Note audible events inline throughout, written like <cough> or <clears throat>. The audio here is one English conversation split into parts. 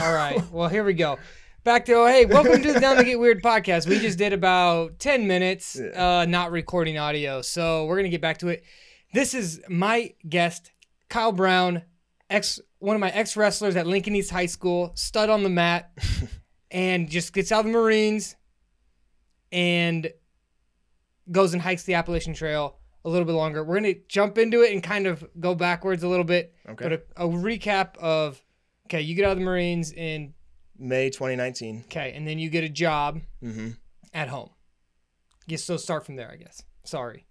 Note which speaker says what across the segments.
Speaker 1: All right. Well, here we go. Back to oh, hey, welcome to the Down to Get Weird podcast. We just did about ten minutes, uh, not recording audio, so we're gonna get back to it. This is my guest, Kyle Brown, ex one of my ex wrestlers at Lincoln East High School, stud on the mat, and just gets out of the Marines and goes and hikes the Appalachian Trail a little bit longer. We're gonna jump into it and kind of go backwards a little bit,
Speaker 2: Okay.
Speaker 1: but a, a recap of okay, you get out of the Marines and
Speaker 2: May 2019.
Speaker 1: Okay, and then you get a job
Speaker 2: hmm
Speaker 1: at home. Yeah, so start from there, I guess. Sorry.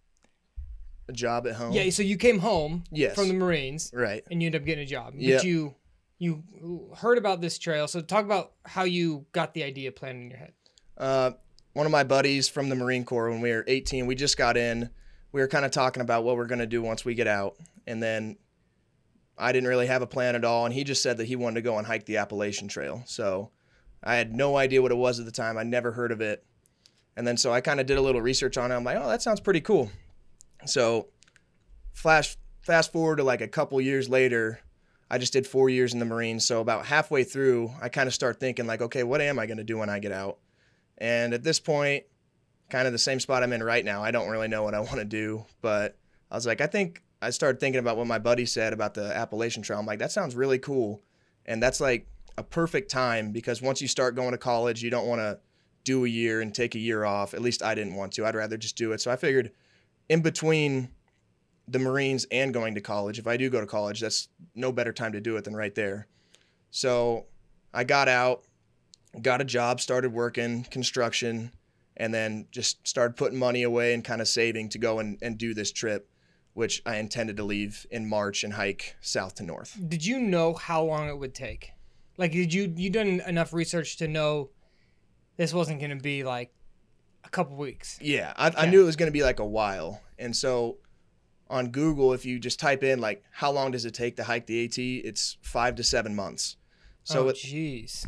Speaker 2: A job at home.
Speaker 1: Yeah, so you came home
Speaker 2: Yes.
Speaker 1: from the Marines
Speaker 2: Right.
Speaker 1: and you end up getting a job.
Speaker 2: Yeah.
Speaker 1: But you you heard about this trail, so talk about how you got the idea planned in your head.
Speaker 2: Uh, one of my buddies from the Marine Corps, when we were 18, we just got in. We were kind of talking about what we're going to do once we get out. And then I didn't really have a plan at all. And he just said that he wanted to go and hike the Appalachian Trail. So I had no idea what it was at the time. I never heard of it. And then so I kind of did a little research on it. I'm like, oh, that sounds pretty cool. So flash fast forward to like a couple years later, I just did four years in the Marines. So about halfway through, I kind of start thinking like, okay, what am I going to do when I get out? And at this point, kind of the same spot I'm in right now. I don't really know what I <laughs> want to do, but I was like, I think I started thinking about what my buddy said about the Appalachian Trail. I'm like, that sounds really cool. And that's like a perfect time because once you start going to college, you don't want to do a year and take a year off. At least I didn't want to. I'd rather just do it. So I figured in between the Marines and going to college, if I do go to college, that's no better time to do it than right there. So I got out, got a job, started working construction, and then just started putting money away and kind of saving to go and, and do this trip, which I intended to leave in March and hike south to north.
Speaker 1: Did you know how long it would take? Like did you you done enough research to know this wasn't gonna be like a couple weeks?
Speaker 2: Yeah, I, I
Speaker 1: Yeah.
Speaker 2: knew it was going to be like a while. And so on Google, if you just type in like how long does it take to hike the AT, it's five to seven months. So
Speaker 1: So
Speaker 2: it,
Speaker 1: Oh, jeez.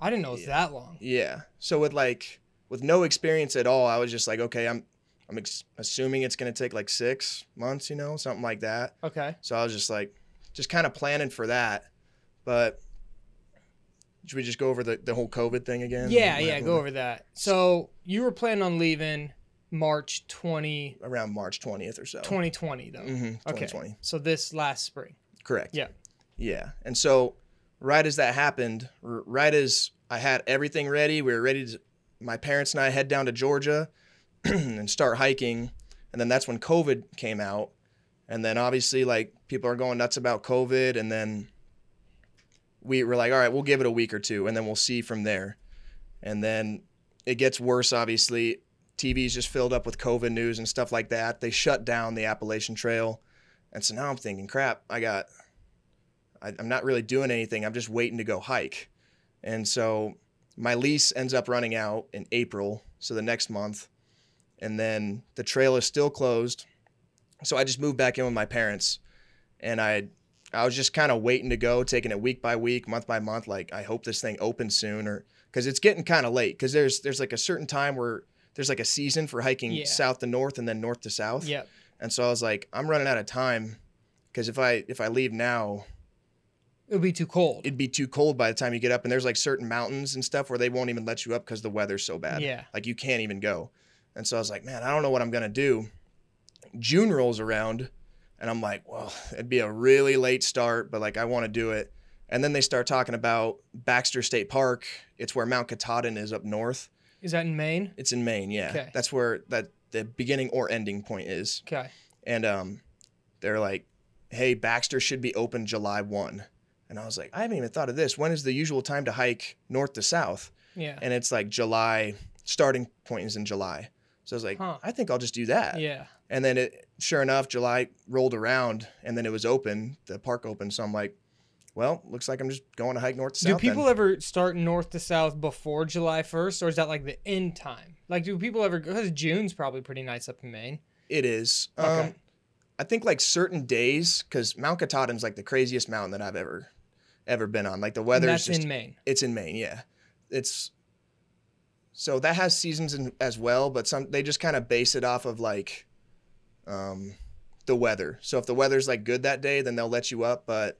Speaker 1: I didn't know it was that long.
Speaker 2: Yeah. So with like with no experience at all, I was just like, okay, I'm I'm ex- assuming it's gonna take like six months, you know, something like that.
Speaker 1: Okay.
Speaker 2: So I was just like, just kind of planning for that. But should we just go over the, the whole COVID thing again?
Speaker 1: Yeah,
Speaker 2: What
Speaker 1: yeah,
Speaker 2: happened
Speaker 1: go
Speaker 2: with
Speaker 1: over that. So you were planning on leaving March 20,
Speaker 2: it? around March twentieth or so.
Speaker 1: 2020, though.
Speaker 2: Mm-hmm,
Speaker 1: Okay.
Speaker 2: 2020.
Speaker 1: So this last spring.
Speaker 2: Correct.
Speaker 1: Yeah.
Speaker 2: Yeah. And so, right as that happened, r- right as I had everything ready, we were ready to, my parents and I head down to Georgia <clears throat> and start hiking. And then that's when COVID came out. And then obviously, like, people are going nuts about COVID. And then we were like, all right, we'll give it a week or two and then we'll see from there. And then it gets worse, obviously. TV's just filled up with COVID news and stuff like that. They shut down the Appalachian Trail. And so now I'm thinking, crap, I got I, I'm not really doing anything. I'm just waiting to go hike. And so my lease ends up running out in April, so the next month. And then the trail is still closed. So I just moved back in with my parents and I I was just kind of waiting to go, taking it week by week, month by month like I hope this thing opens soon or cuz it's getting kind of late cuz there's there's like a certain time where there's like a season for hiking
Speaker 1: Yeah.
Speaker 2: south to north and then north to south.
Speaker 1: Yeah.
Speaker 2: And so I was like, I'm running out of time because if I if I leave now,
Speaker 1: It would be too cold.
Speaker 2: it'd be too cold by the time you get up. And there's like certain mountains and stuff where they won't even let you up because the weather's so bad.
Speaker 1: Yeah.
Speaker 2: Like you can't even go. And so I was like, man, I don't know what I'm gonna do. June rolls around, and I'm like, well, it'd be a really late start, but like I want to do it. And then they start talking about Baxter State Park. It's where Mount Katahdin is up north.
Speaker 1: Is that in Maine?
Speaker 2: It's in Maine. Yeah.
Speaker 1: Okay.
Speaker 2: That's where that the beginning or ending point is
Speaker 1: Okay.
Speaker 2: and um, they're like, "Hey, Baxter should be open July one." And I was like, "I haven't even thought of this. When is the usual time to hike north to south?"
Speaker 1: Yeah.
Speaker 2: And it's like July starting point is in July. So I was like,
Speaker 1: Huh.
Speaker 2: "I think I'll just do that."
Speaker 1: Yeah.
Speaker 2: And then it, sure enough, July rolled around, and then it was open. The park opened, so I'm like, "Well, looks like I'm just going to hike north to
Speaker 1: Do
Speaker 2: south." then."
Speaker 1: people ever start north to south before July 1st, or is that like the end time? Like, do people ever? Because June's probably pretty nice up in Maine.
Speaker 2: It is. Um,
Speaker 1: Okay.
Speaker 2: I think like certain days, because Mount Katahdin's like the craziest mountain that I've ever, ever been on. Like the
Speaker 1: And
Speaker 2: weather's
Speaker 1: that's
Speaker 2: just
Speaker 1: in Maine.
Speaker 2: It's in Maine, yeah. It's so that has seasons in, as well, but some they just kind of base it off of like um, the weather. So if the weather's like good that day, then they'll let you up. But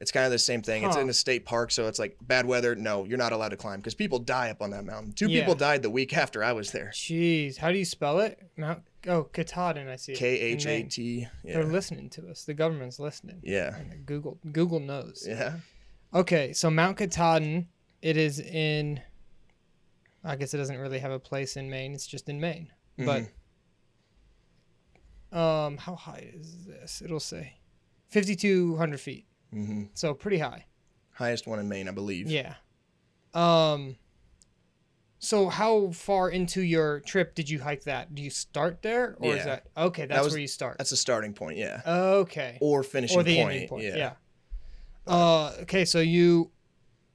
Speaker 2: It's kind of the same thing. It's
Speaker 1: Huh.
Speaker 2: in a state park, so it's like bad weather. No, you're not allowed to climb because people die up on that mountain. Two
Speaker 1: Yeah.
Speaker 2: people died the week after I was there.
Speaker 1: Jeez, how do you spell it? Mount oh Katahdin. I see. it.
Speaker 2: K H A
Speaker 1: Name.
Speaker 2: T.
Speaker 1: They're
Speaker 2: Yeah.
Speaker 1: listening to us. The government's listening.
Speaker 2: Yeah.
Speaker 1: And Google Google knows.
Speaker 2: Yeah.
Speaker 1: Okay, so Mount Katahdin. It is in. I guess it doesn't really have a place in Maine. It's just in Maine.
Speaker 2: Mm-hmm.
Speaker 1: But um, how high is this? It'll say fifty-two hundred feet.
Speaker 2: hmm
Speaker 1: So pretty high.
Speaker 2: Highest one in Maine, I believe.
Speaker 1: Yeah. Um. So how far into your trip did you hike that? Do you start there, or is
Speaker 2: Yeah.
Speaker 1: that okay? That's
Speaker 2: was-
Speaker 1: where you start.
Speaker 2: That's a starting point. Yeah.
Speaker 1: Okay.
Speaker 2: Or finishing
Speaker 1: Or the
Speaker 2: point.
Speaker 1: ending point.
Speaker 2: Yeah.
Speaker 1: Yeah. Uh, okay, so you,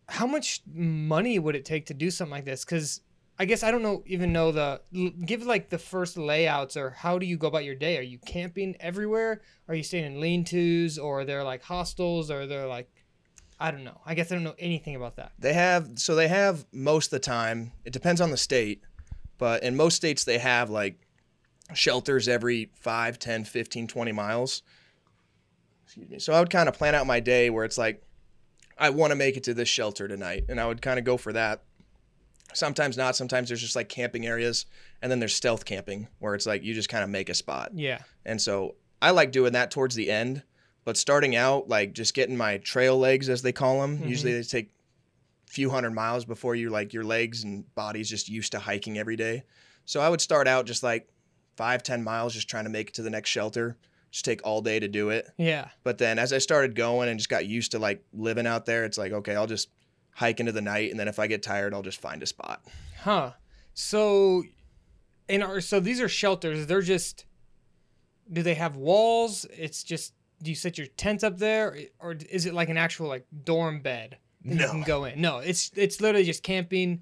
Speaker 1: how much money would it take to do something like this? Because I guess I don't know even know the l- give like the first layouts or how do you go about your day? Are you camping everywhere? Are you staying in lean-tos or they're like hostels or they're like, I don't know. I guess I don't know anything about that.
Speaker 2: They have so they have most of the time. It depends on the state, but in most states they have like shelters every 5, 10, 15, 20 miles. Excuse me. So I would kind of plan out my day where it's like I want to make it to this shelter tonight and I would kind of go for that. Sometimes not, sometimes there's just like camping areas and then there's stealth camping where it's like you just kind of make a spot.
Speaker 1: Yeah.
Speaker 2: And so I like doing that towards the end. But starting out, like just getting my trail legs, as they call them,
Speaker 1: Mhm.
Speaker 2: usually they take a few hundred miles before you like your legs and body's just used to hiking every day. So I would start out just like five, 10 miles, just trying to make it to the next shelter. Just take all day to do it.
Speaker 1: Yeah.
Speaker 2: But then as I started going and just got used to like living out there, it's like, okay, I'll just hike into the night. And then if I get tired, I'll just find a spot.
Speaker 1: Huh. So, and are so these are shelters. They're just. Do they have walls? It's just. Do you set your tent up there, or is it like an actual like dorm bed that you
Speaker 2: No.
Speaker 1: can go in? No, it's it's literally just camping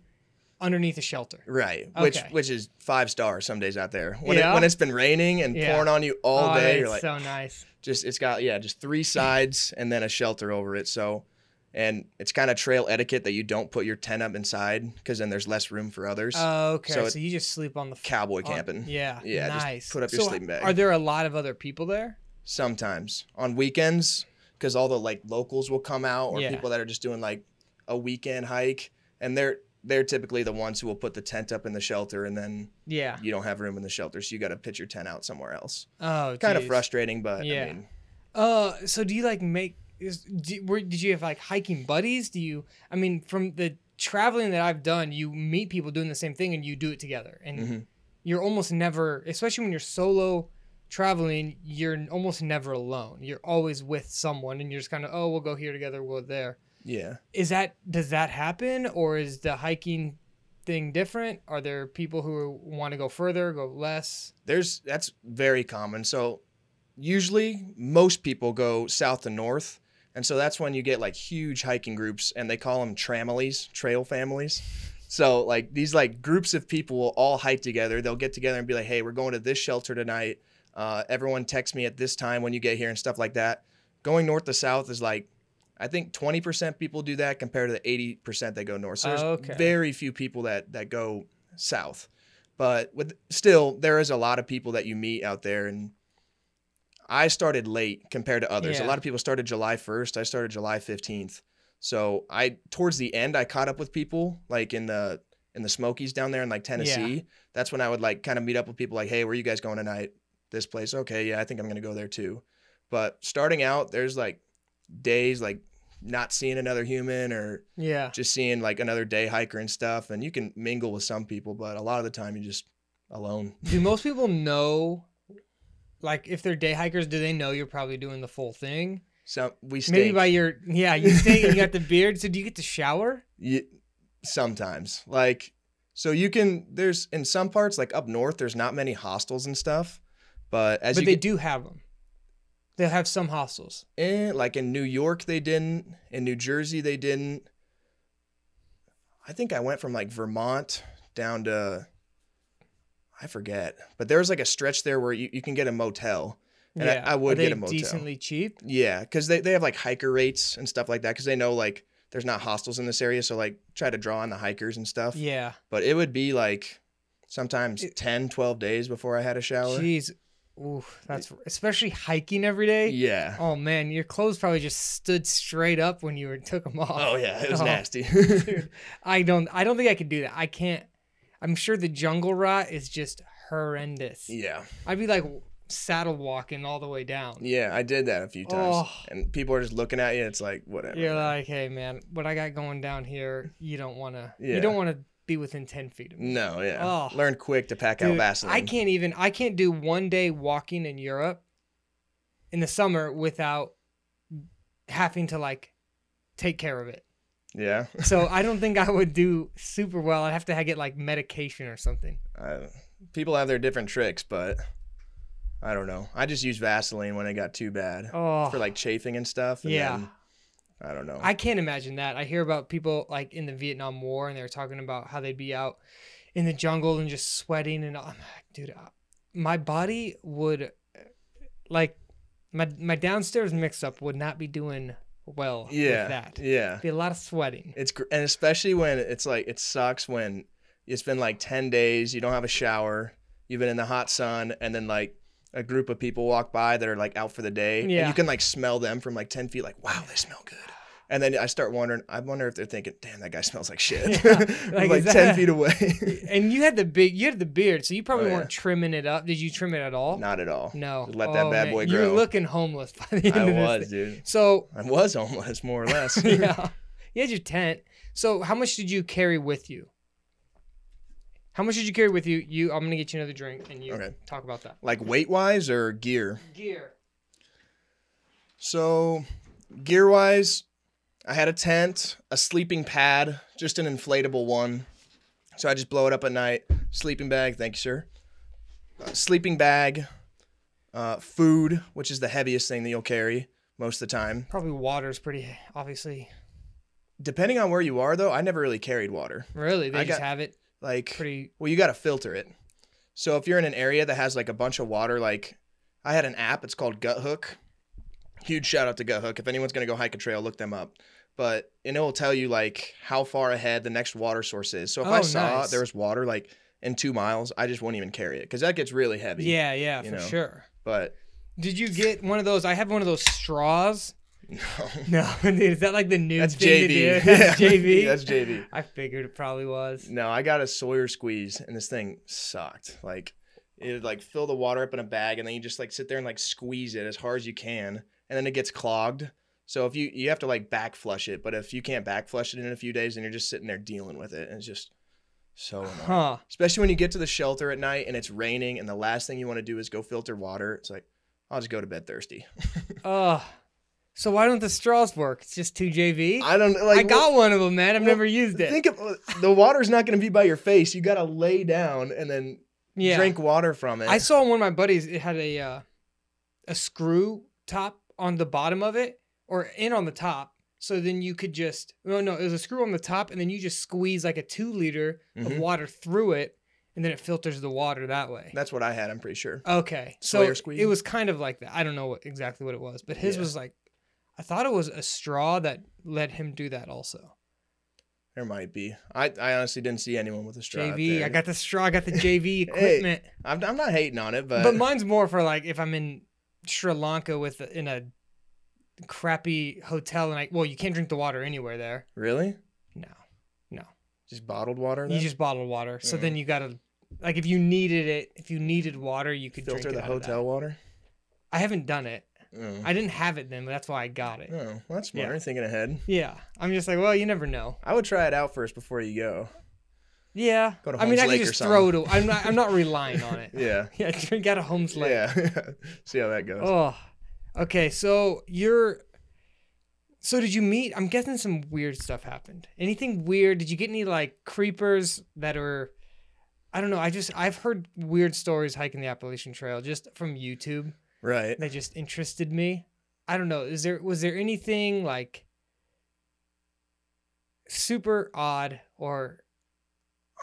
Speaker 1: underneath a shelter.
Speaker 2: Right. Which
Speaker 1: Okay.
Speaker 2: which is five stars some days out there. When
Speaker 1: Yeah.
Speaker 2: it when it's been raining and
Speaker 1: Yeah.
Speaker 2: pouring on you all
Speaker 1: Oh,
Speaker 2: day,
Speaker 1: that's
Speaker 2: you're like
Speaker 1: so nice.
Speaker 2: just it's got yeah, just three sides and then a shelter over it. So and it's kind of trail etiquette that you don't put your tent up inside because then there's less room for others.
Speaker 1: Oh, okay,
Speaker 2: so
Speaker 1: so,
Speaker 2: it-
Speaker 1: you just sleep on the f-
Speaker 2: Cowboy
Speaker 1: on-
Speaker 2: camping.
Speaker 1: yeah,
Speaker 2: Yeah, just
Speaker 1: nice.
Speaker 2: put up your
Speaker 1: So
Speaker 2: sleeping bag.
Speaker 1: Are there a lot of other people there?
Speaker 2: Sometimes on weekends because all the like locals will come out or
Speaker 1: Yeah.
Speaker 2: people that are just doing like a weekend hike and they're they're typically the ones who will put the tent up in the shelter and then
Speaker 1: Yeah.
Speaker 2: you don't have room in the shelter so you got to pitch your tent out somewhere else.
Speaker 1: Oh,
Speaker 2: kind of
Speaker 1: geez.
Speaker 2: frustrating, but
Speaker 1: Yeah.
Speaker 2: I mean,
Speaker 1: Uh, so do you like make is do, where, did you have like hiking buddies? Do you? I mean, from the traveling that I've done, you meet people doing the same thing and you do it together, and
Speaker 2: Mhm.
Speaker 1: you're almost never, especially when you're solo traveling, you're almost never alone. You're always with someone, and you're just kind of oh, we'll go here together, we'll go there.
Speaker 2: yeah.
Speaker 1: Is that does that happen, or is the hiking thing different? Are there people who want to go further, go less?
Speaker 2: There's that's very common. So usually most people go south to north, and so that's when you get like huge hiking groups, and they call them tramilies, trail families. So like these like groups of people will all hike together. They'll get together and be like, hey, we're going to this shelter tonight. Uh, everyone text me at this time when you get here and stuff like that. Going north to south is like, I think 20% people do that compared to the 80% that go north. So there's
Speaker 1: Okay.
Speaker 2: very few people that that go south. But with still, there is a lot of people that you meet out there, and I started late compared to others.
Speaker 1: Yeah.
Speaker 2: A lot of people started July 1st. I started July 15th. So I towards the end, I caught up with people like in the in the Smokies down there in like Tennessee. That's when I would like kind of meet up with people like, hey, where you guys going tonight? This place, okay, yeah, I think I'm gonna go there too. But starting out, there's like days like not seeing another human or
Speaker 1: Yeah.
Speaker 2: just seeing like another day hiker and stuff and you can mingle with some people but a lot of the time you're just alone
Speaker 1: Do most people know, like, if they're day hikers, do they know you're probably doing the full thing?
Speaker 2: so we stink
Speaker 1: Maybe by your yeah, you stink. and you
Speaker 2: <laughs>
Speaker 1: got the beard. So do you get to shower?
Speaker 2: Ye- sometimes like so you can there's in some parts like up north there's not many hostels and stuff but as
Speaker 1: but
Speaker 2: you
Speaker 1: they
Speaker 2: get,
Speaker 1: do have them. They'll have some hostels.
Speaker 2: eh, like in new york they didn't in new jersey they didn't i think i went from like vermont down to i forget but there was like a stretch there where you, you can get a motel And I-
Speaker 1: yeah,
Speaker 2: I would
Speaker 1: Are
Speaker 2: get
Speaker 1: they
Speaker 2: a motel.
Speaker 1: decently cheap.
Speaker 2: Yeah, because they, they have like hiker rates and stuff like that because they know like there's not hostels in this area, so like try to draw on the hikers and stuff.
Speaker 1: Yeah,
Speaker 2: But it would be like sometimes
Speaker 1: It-
Speaker 2: 10, 12 days before I had a shower.
Speaker 1: jeez. Ooh, that's especially hiking every day.
Speaker 2: Yeah.
Speaker 1: Oh man, your clothes probably just stood straight up when you were, took them off.
Speaker 2: Oh yeah, it
Speaker 1: <laughs>
Speaker 2: was
Speaker 1: Oh,
Speaker 2: nasty. <laughs>
Speaker 1: dude. I don't. I don't think I could do that. I can't. I'm sure the jungle rot is just horrendous.
Speaker 2: yeah.
Speaker 1: I'd be like saddle walking all the way down.
Speaker 2: Yeah, I did that a few times.
Speaker 1: Oh.
Speaker 2: And people are just looking at you. It's like, whatever.
Speaker 1: You're like, hey man, what I got going down here, you don't want to.
Speaker 2: Yeah.
Speaker 1: You don't want to be within ten feet of me.
Speaker 2: No, yeah.
Speaker 1: Oh.
Speaker 2: Learn quick to pack out
Speaker 1: Dude,
Speaker 2: Vaseline.
Speaker 1: I can't even. I can't do one day walking in Europe in the summer without having to like take care of it.
Speaker 2: Yeah.
Speaker 1: So I don't think I would do super well. I'd have to ha- get like medication or something.
Speaker 2: I, people have their different tricks, but I don't know. I just used Vaseline when it got too bad
Speaker 1: Oh,
Speaker 2: <laughs> for like chafing and stuff. And
Speaker 1: yeah.
Speaker 2: then- I don't know.
Speaker 1: I can't imagine that. I hear about people like in the Vietnam War and they're talking about how they'd be out in the jungle and just sweating and I'm like, dude, uh, my body would uh, like my my downstairs mix up would not be doing well
Speaker 2: yeah.
Speaker 1: with that.
Speaker 2: Yeah.
Speaker 1: Be a lot of sweating.
Speaker 2: It's gr- and especially when it's like it sucks when it's been like 10 days, you don't have a shower, you've been in the hot sun and then like a group of people walk by that are like out for the day. and
Speaker 1: Yeah.
Speaker 2: you can like smell them from like 10 feet like wow, they smell good. And then I start wondering, I wonder if they're thinking, damn, that guy smells like shit. <laughs>
Speaker 1: Yeah,
Speaker 2: From,
Speaker 1: like,
Speaker 2: like
Speaker 1: is
Speaker 2: 10
Speaker 1: that-
Speaker 2: feet away.
Speaker 1: <laughs>
Speaker 2: <laughs>
Speaker 1: And you had the big you had the beard, so you probably
Speaker 2: Oh, yeah.
Speaker 1: weren't trimming it up. Did you trim it at all?
Speaker 2: Not at all.
Speaker 1: No. <laughs> Oh,
Speaker 2: Just let that bad boy
Speaker 1: You were
Speaker 2: grow.
Speaker 1: looking homeless by the end
Speaker 2: I
Speaker 1: of this.
Speaker 2: was,
Speaker 1: thing.
Speaker 2: dude.
Speaker 1: So
Speaker 2: I was homeless, more or less.
Speaker 1: <laughs> yeah. You had your tent. So how much did you carry with you? How much did you carry with you? You I'm gonna get you another drink and you
Speaker 2: Okay.
Speaker 1: talk about that.
Speaker 2: Like weight wise or gear?
Speaker 1: Gear.
Speaker 2: So, gear wise, I had a tent, a sleeping pad, just an inflatable one. So I just blow it up at night. Sleeping bag, thank you, sir. Uh, sleeping bag, uh, food, which is the heaviest thing that you'll carry most of the time.
Speaker 1: Probably water's pretty obviously.
Speaker 2: Depending on where you are, though, I never really carried water.
Speaker 1: Really? They
Speaker 2: I
Speaker 1: just
Speaker 2: got-
Speaker 1: have it
Speaker 2: Like,
Speaker 1: pretty
Speaker 2: Well, you got to filter it. So if you're in an area that has like a bunch of water, like I had an app, it's called Gut Hook. Huge shout out to Gut Hook. If anyone's going to go hike a trail, look them up. But and it will tell you like how far ahead the next water source is. So if I
Speaker 1: Oh,
Speaker 2: saw
Speaker 1: nice.
Speaker 2: there was water like in two miles, I just wouldn't even carry it because that gets really heavy.
Speaker 1: Yeah, yeah,
Speaker 2: you
Speaker 1: for
Speaker 2: know.
Speaker 1: sure.
Speaker 2: But <laughs>
Speaker 1: Did you get one of those? I have one of those straws.
Speaker 2: no,
Speaker 1: No, <laughs> dude, is that like the new
Speaker 2: that's
Speaker 1: thing to
Speaker 2: JV. <laughs>
Speaker 1: do? That's
Speaker 2: Yeah,
Speaker 1: JV.
Speaker 2: that's JV.
Speaker 1: I figured it probably was.
Speaker 2: No, I got a Sawyer squeeze and this thing sucked. Like it would like fill the water up in a bag and then you just like sit there and like squeeze it as hard as you can and then it gets clogged. So if you you have to like back flush it, but if you can't back flush it in a few days then you're just sitting there dealing with it and it's just
Speaker 1: <sighs>
Speaker 2: so annoying.
Speaker 1: Huh.
Speaker 2: Especially when you get to the shelter at night and it's raining and the last thing you want to do is go filter water. It's like I'll just go to bed thirsty.
Speaker 1: Uh so why don't the straws work? It's just two JV. I,
Speaker 2: I don't like
Speaker 1: got one of them, man. I've
Speaker 2: well,
Speaker 1: never used it.
Speaker 2: Think of the water's not going to be by your face. You got to lay down and then
Speaker 1: yeah.
Speaker 2: drink water from it.
Speaker 1: I saw one of my buddies. It had a uh, a screw top on the bottom of it, or in on the top. So then you could just no no it was a screw on the top, and then you just squeeze like a two liter
Speaker 2: Mhm.
Speaker 1: of water through it, and then it filters the water that way.
Speaker 2: That's what I had, I'm pretty sure.
Speaker 1: Okay, so
Speaker 2: Sawyer squeeze?
Speaker 1: it was kind of like that. I don't know what, exactly what it was, but his
Speaker 2: Yeah.
Speaker 1: was like I thought it was a straw that let him do that also.
Speaker 2: There might be. I, I honestly didn't see anyone with a straw. out
Speaker 1: JV,
Speaker 2: there.
Speaker 1: I got the straw, I got the
Speaker 2: <laughs>
Speaker 1: JV equipment.
Speaker 2: I'm, I'm not hating on it, but,
Speaker 1: but mine's more for like if I'm in Sri Lanka with in a crappy hotel and I well you can't drink the water anywhere there.
Speaker 2: really,
Speaker 1: No,
Speaker 2: just bottled water.
Speaker 1: you
Speaker 2: then?
Speaker 1: just bottle water. So
Speaker 2: Mm-hmm.
Speaker 1: then you gotta like if you needed it, if you needed water, you could
Speaker 2: filter
Speaker 1: drink it
Speaker 2: the
Speaker 1: out of that.
Speaker 2: hotel water.
Speaker 1: I haven't done it.
Speaker 2: Oh,
Speaker 1: I didn't have it then, but that's why I got it.
Speaker 2: oh well, that's smart.
Speaker 1: Yeah.
Speaker 2: Thinking ahead,
Speaker 1: Yeah, I'm just like, well, you never know.
Speaker 2: I would try it out first before you
Speaker 1: <laughs>
Speaker 2: go.
Speaker 1: Yeah,
Speaker 2: Go to
Speaker 1: I mean,
Speaker 2: Holmes
Speaker 1: I
Speaker 2: Lake
Speaker 1: can
Speaker 2: or
Speaker 1: just throw it. Away. I'm not. I'm not relying on it.
Speaker 2: <laughs> Yeah,
Speaker 1: yeah, drink out of Holmes Lake.
Speaker 2: yeah. <laughs> see how that goes.
Speaker 1: Oh, okay. So you're. So did you meet? I'm guessing some weird stuff happened. Anything weird? Did you get any like creepers that are? I don't know. I just I've heard weird stories hiking the Appalachian Trail just from YouTube
Speaker 2: Right.
Speaker 1: that just interested me. I don't know. Is there was there anything like super odd or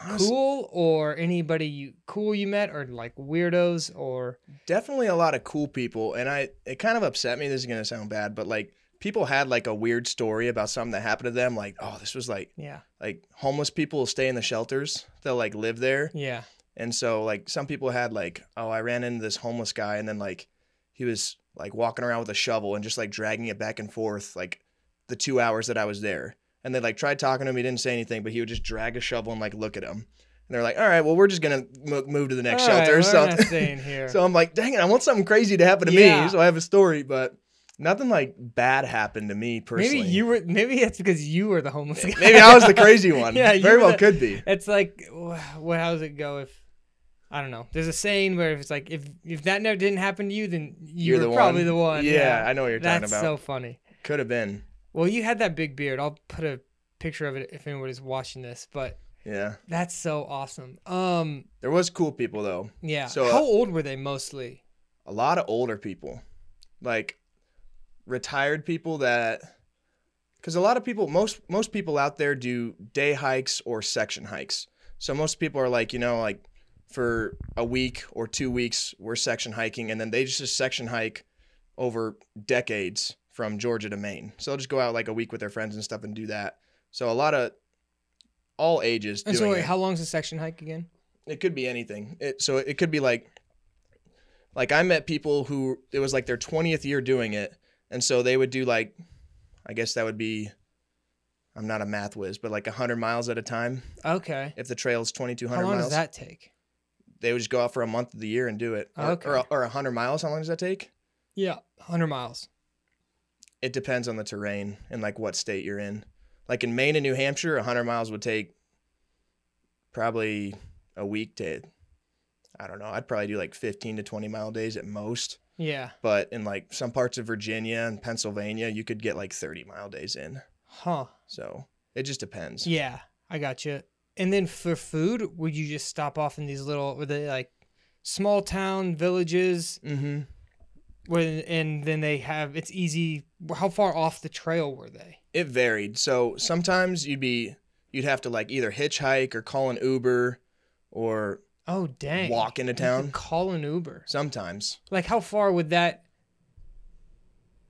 Speaker 2: Honestly,
Speaker 1: cool or anybody you cool you met or like weirdos or
Speaker 2: Definitely a lot of cool people, and I it kind of upset me. This is gonna sound bad, but like people had like a weird story about something that happened to them. Like, oh, this was like
Speaker 1: yeah
Speaker 2: like homeless people will stay in the shelters. They'll like live there,
Speaker 1: yeah
Speaker 2: And so like some people had like, oh, I ran into this homeless guy and then like he was like walking around with a shovel and just like dragging it back and forth like the two hours that I was there. And they like tried talking to him. He didn't say anything, but he would just drag a shovel and like look at him. And they're like, all right, well, we're just gonna mo- move to the next
Speaker 1: All right,
Speaker 2: shelter or
Speaker 1: we're
Speaker 2: something.
Speaker 1: not
Speaker 2: <laughs>
Speaker 1: staying here.
Speaker 2: So I'm like, dang it, I want something crazy to happen to
Speaker 1: Yeah.
Speaker 2: me. So I have a story, but nothing like bad happened to me personally.
Speaker 1: maybe
Speaker 2: <laughs>
Speaker 1: you were. Maybe that's because you were the homeless guy.
Speaker 2: Maybe I
Speaker 1: <laughs>
Speaker 2: was the crazy one.
Speaker 1: Yeah, you
Speaker 2: very
Speaker 1: were
Speaker 2: well
Speaker 1: the-
Speaker 2: could be.
Speaker 1: It's like, wh- what? How does it go? If I don't know. There's a saying where if it's like, if if that never didn't happen to you, then you
Speaker 2: You're
Speaker 1: were
Speaker 2: the
Speaker 1: probably
Speaker 2: one.
Speaker 1: the one.
Speaker 2: yeah, I know what you're
Speaker 1: that's
Speaker 2: talking
Speaker 1: so
Speaker 2: about.
Speaker 1: funny.
Speaker 2: Could have been.
Speaker 1: Well, you had that big beard. I'll put a picture of it if anybody's watching this. But
Speaker 2: Yeah,
Speaker 1: that's so awesome. Um,
Speaker 2: there was cool people though.
Speaker 1: yeah.
Speaker 2: So, uh,
Speaker 1: how old were they mostly?
Speaker 2: A lot of older people, like retired people that, because a lot of people, most most people out there do day hikes or section hikes. So most people are like, you know, like for a week or two weeks, we're section hiking, and then they just section hike over decades from Georgia to Maine. So they'll just go out like a week with their friends and stuff and do that. So a lot of all ages.
Speaker 1: And
Speaker 2: Doing
Speaker 1: so, wait,
Speaker 2: it
Speaker 1: how long's the section hike again?
Speaker 2: it could be anything. It, so it could be like, like I met people who it was like their twentieth year doing it, and so they would do like, I guess that would be, I'm not a math whiz, but like hundred miles at a time
Speaker 1: Okay.
Speaker 2: if the trail's twenty two
Speaker 1: How
Speaker 2: hundred
Speaker 1: long
Speaker 2: miles.
Speaker 1: does that take?
Speaker 2: They would just go out for a month of the year and do it. Or-
Speaker 1: Okay.
Speaker 2: Or or hundred miles. How long does that take?
Speaker 1: Yeah, hundred miles.
Speaker 2: It depends on the terrain and like what state you're in. Like in Maine and New Hampshire, hundred miles would take probably a week to. I don't know. I'd probably do like 15 to 20 mile days at most.
Speaker 1: Yeah.
Speaker 2: but in like some parts of Virginia and Pennsylvania, you could get like 30 mile days in.
Speaker 1: Huh.
Speaker 2: So it just depends.
Speaker 1: Yeah, I got you. And then for food, would you just stop off in these little, were they like small town villages,
Speaker 2: Mm-hmm.
Speaker 1: where and then they have it's easy. How far off the trail were they?
Speaker 2: It varied. So sometimes you'd be you'd have to like either hitchhike or call an Uber or
Speaker 1: Oh dang!
Speaker 2: walk into
Speaker 1: You could
Speaker 2: town.
Speaker 1: call an Uber.
Speaker 2: Sometimes
Speaker 1: Like how far would that?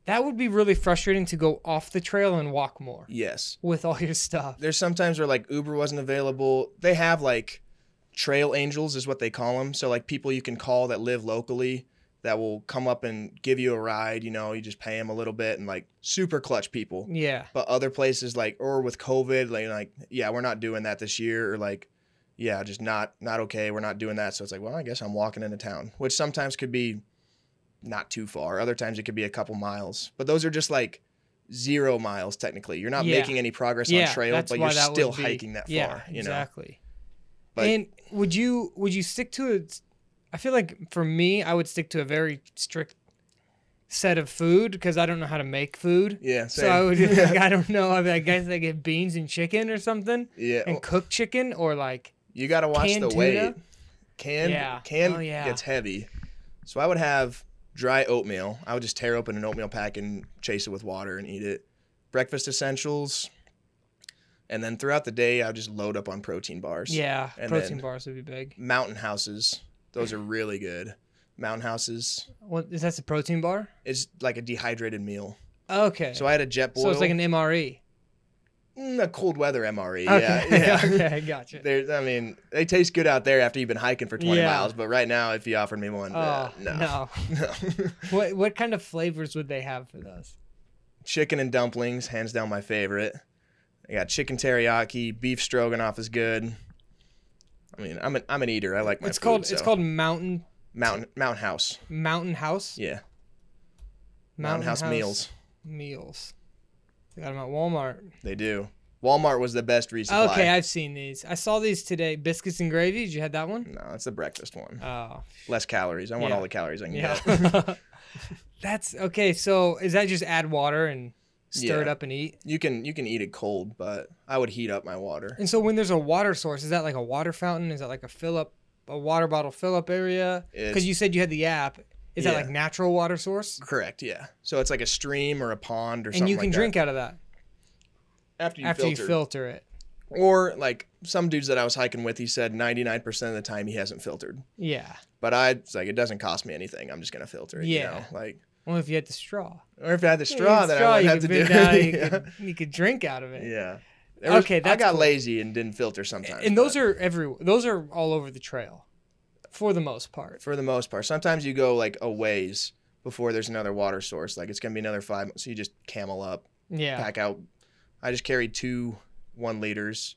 Speaker 1: That would be really frustrating to go off the trail and walk more
Speaker 2: yes.
Speaker 1: with all your stuff.
Speaker 2: There's sometimes where like Uber wasn't available. They have like trail angels is what they call them. So like people you can call that live locally that will come up and give you a ride. You know, you just pay them a little bit and like super clutch people.
Speaker 1: Yeah.
Speaker 2: but other places like or with covid like, like yeah we're not doing that this year or like yeah just not not okay we're not doing that so it's like well i guess i'm walking into town which sometimes could be not too far other times it could be a couple miles but those are just like zero miles technically you're not
Speaker 1: Yeah.
Speaker 2: making any progress
Speaker 1: yeah,
Speaker 2: on trail
Speaker 1: that's
Speaker 2: but
Speaker 1: why
Speaker 2: you're
Speaker 1: that would
Speaker 2: still
Speaker 1: be-
Speaker 2: hiking that
Speaker 1: yeah,
Speaker 2: far you
Speaker 1: exactly.
Speaker 2: But-
Speaker 1: and would you would you stick to it? I feel like for me, I would stick to a very strict set of food because I don't know how to make food.
Speaker 2: know yeah
Speaker 1: So I
Speaker 2: same.
Speaker 1: would <laughs>
Speaker 2: <laughs>
Speaker 1: like, I don't know. I, mean, I guess I get beans and chicken or something,
Speaker 2: yeah
Speaker 1: and cooked chicken or like
Speaker 2: You gotta watch
Speaker 1: Canned
Speaker 2: the
Speaker 1: tuna?
Speaker 2: weight. Canned
Speaker 1: Yeah.
Speaker 2: canned
Speaker 1: Oh, yeah.
Speaker 2: gets heavy. So I would have dry oatmeal. I would just tear open an oatmeal pack and chase it with water and eat it. Breakfast essentials. And then throughout the day I would just load up on protein bars.
Speaker 1: yeah,
Speaker 2: And
Speaker 1: protein
Speaker 2: then- Mm.
Speaker 1: bars would be big.
Speaker 2: Mountain houses. Those are really good. Mountain houses.
Speaker 1: What is that? A protein bar?
Speaker 2: It's like a dehydrated meal.
Speaker 1: Okay.
Speaker 2: So I had a jet boil.
Speaker 1: So it's like an MRE.
Speaker 2: Mm, a cold weather MRE.
Speaker 1: <laughs> Okay.
Speaker 2: Yeah. Yeah.
Speaker 1: okay, gotcha.
Speaker 2: There's, I mean, they taste good out there after you've been hiking for 20
Speaker 1: Yeah.
Speaker 2: miles, but right now, if you offered me one,
Speaker 1: Oh
Speaker 2: uh,
Speaker 1: no.
Speaker 2: no.
Speaker 1: What what kind of flavors would they have for those?
Speaker 2: <laughs> chicken and dumplings, hands down my favorite. I got chicken teriyaki, beef stroganoff is good. I mean, I'm an I'm an eater. I like my
Speaker 1: it's
Speaker 2: food,
Speaker 1: called it's
Speaker 2: so.
Speaker 1: called mountain
Speaker 2: Mountain Mountain House.
Speaker 1: mountain house.
Speaker 2: Yeah, Mountain, House, meals.
Speaker 1: meals. I got them at Walmart.
Speaker 2: They do. Walmart was the best resupply.
Speaker 1: Okay, I've seen these. I saw these today. Biscuits and gravy. Did you have that one?
Speaker 2: no, it's the breakfast one.
Speaker 1: Oh,
Speaker 2: Less calories. I want
Speaker 1: Yeah.
Speaker 2: all the calories I can
Speaker 1: yeah.
Speaker 2: get.
Speaker 1: <laughs>
Speaker 2: <laughs>
Speaker 1: That's okay. So is that just add water and stir it
Speaker 2: Yeah.
Speaker 1: up and eat?
Speaker 2: You can you can eat it cold, but I would heat up my
Speaker 1: <laughs>
Speaker 2: water.
Speaker 1: And so when there's a water source, is that like a water fountain? Is that like a fill up, a water bottle fill up area? Because
Speaker 2: It's-
Speaker 1: you said you had the app. Is that
Speaker 2: Yeah.
Speaker 1: like natural water source?
Speaker 2: Correct. Yeah. So it's like a stream or a pond or
Speaker 1: And
Speaker 2: something.
Speaker 1: you can
Speaker 2: like that.
Speaker 1: drink out of that
Speaker 2: after you
Speaker 1: after
Speaker 2: filter.
Speaker 1: you filter it.
Speaker 2: Or like some dudes that I was hiking with, he said 99% of the time he hasn't filtered.
Speaker 1: Yeah.
Speaker 2: But I it's like it doesn't cost me anything. I'm just gonna filter it.
Speaker 1: Yeah.
Speaker 2: You know? Like
Speaker 1: Well, if you had the straw.
Speaker 2: or if I had the straw,
Speaker 1: Yeah,
Speaker 2: then
Speaker 1: straw,
Speaker 2: I would
Speaker 1: you
Speaker 2: have to
Speaker 1: could
Speaker 2: do
Speaker 1: bend down,
Speaker 2: <laughs>
Speaker 1: you,
Speaker 2: yeah.
Speaker 1: could, you could drink out of it.
Speaker 2: yeah. There was-
Speaker 1: Okay,
Speaker 2: I
Speaker 1: that's
Speaker 2: got
Speaker 1: cool.
Speaker 2: lazy and didn't filter sometimes.
Speaker 1: And those
Speaker 2: but
Speaker 1: are every those are all over the trail. for the most part.
Speaker 2: for the most part. Sometimes you go like a ways before there's another water source. Like it's gonna be another five. So you just camel up,
Speaker 1: Yeah.
Speaker 2: pack out. I just carried two one liters,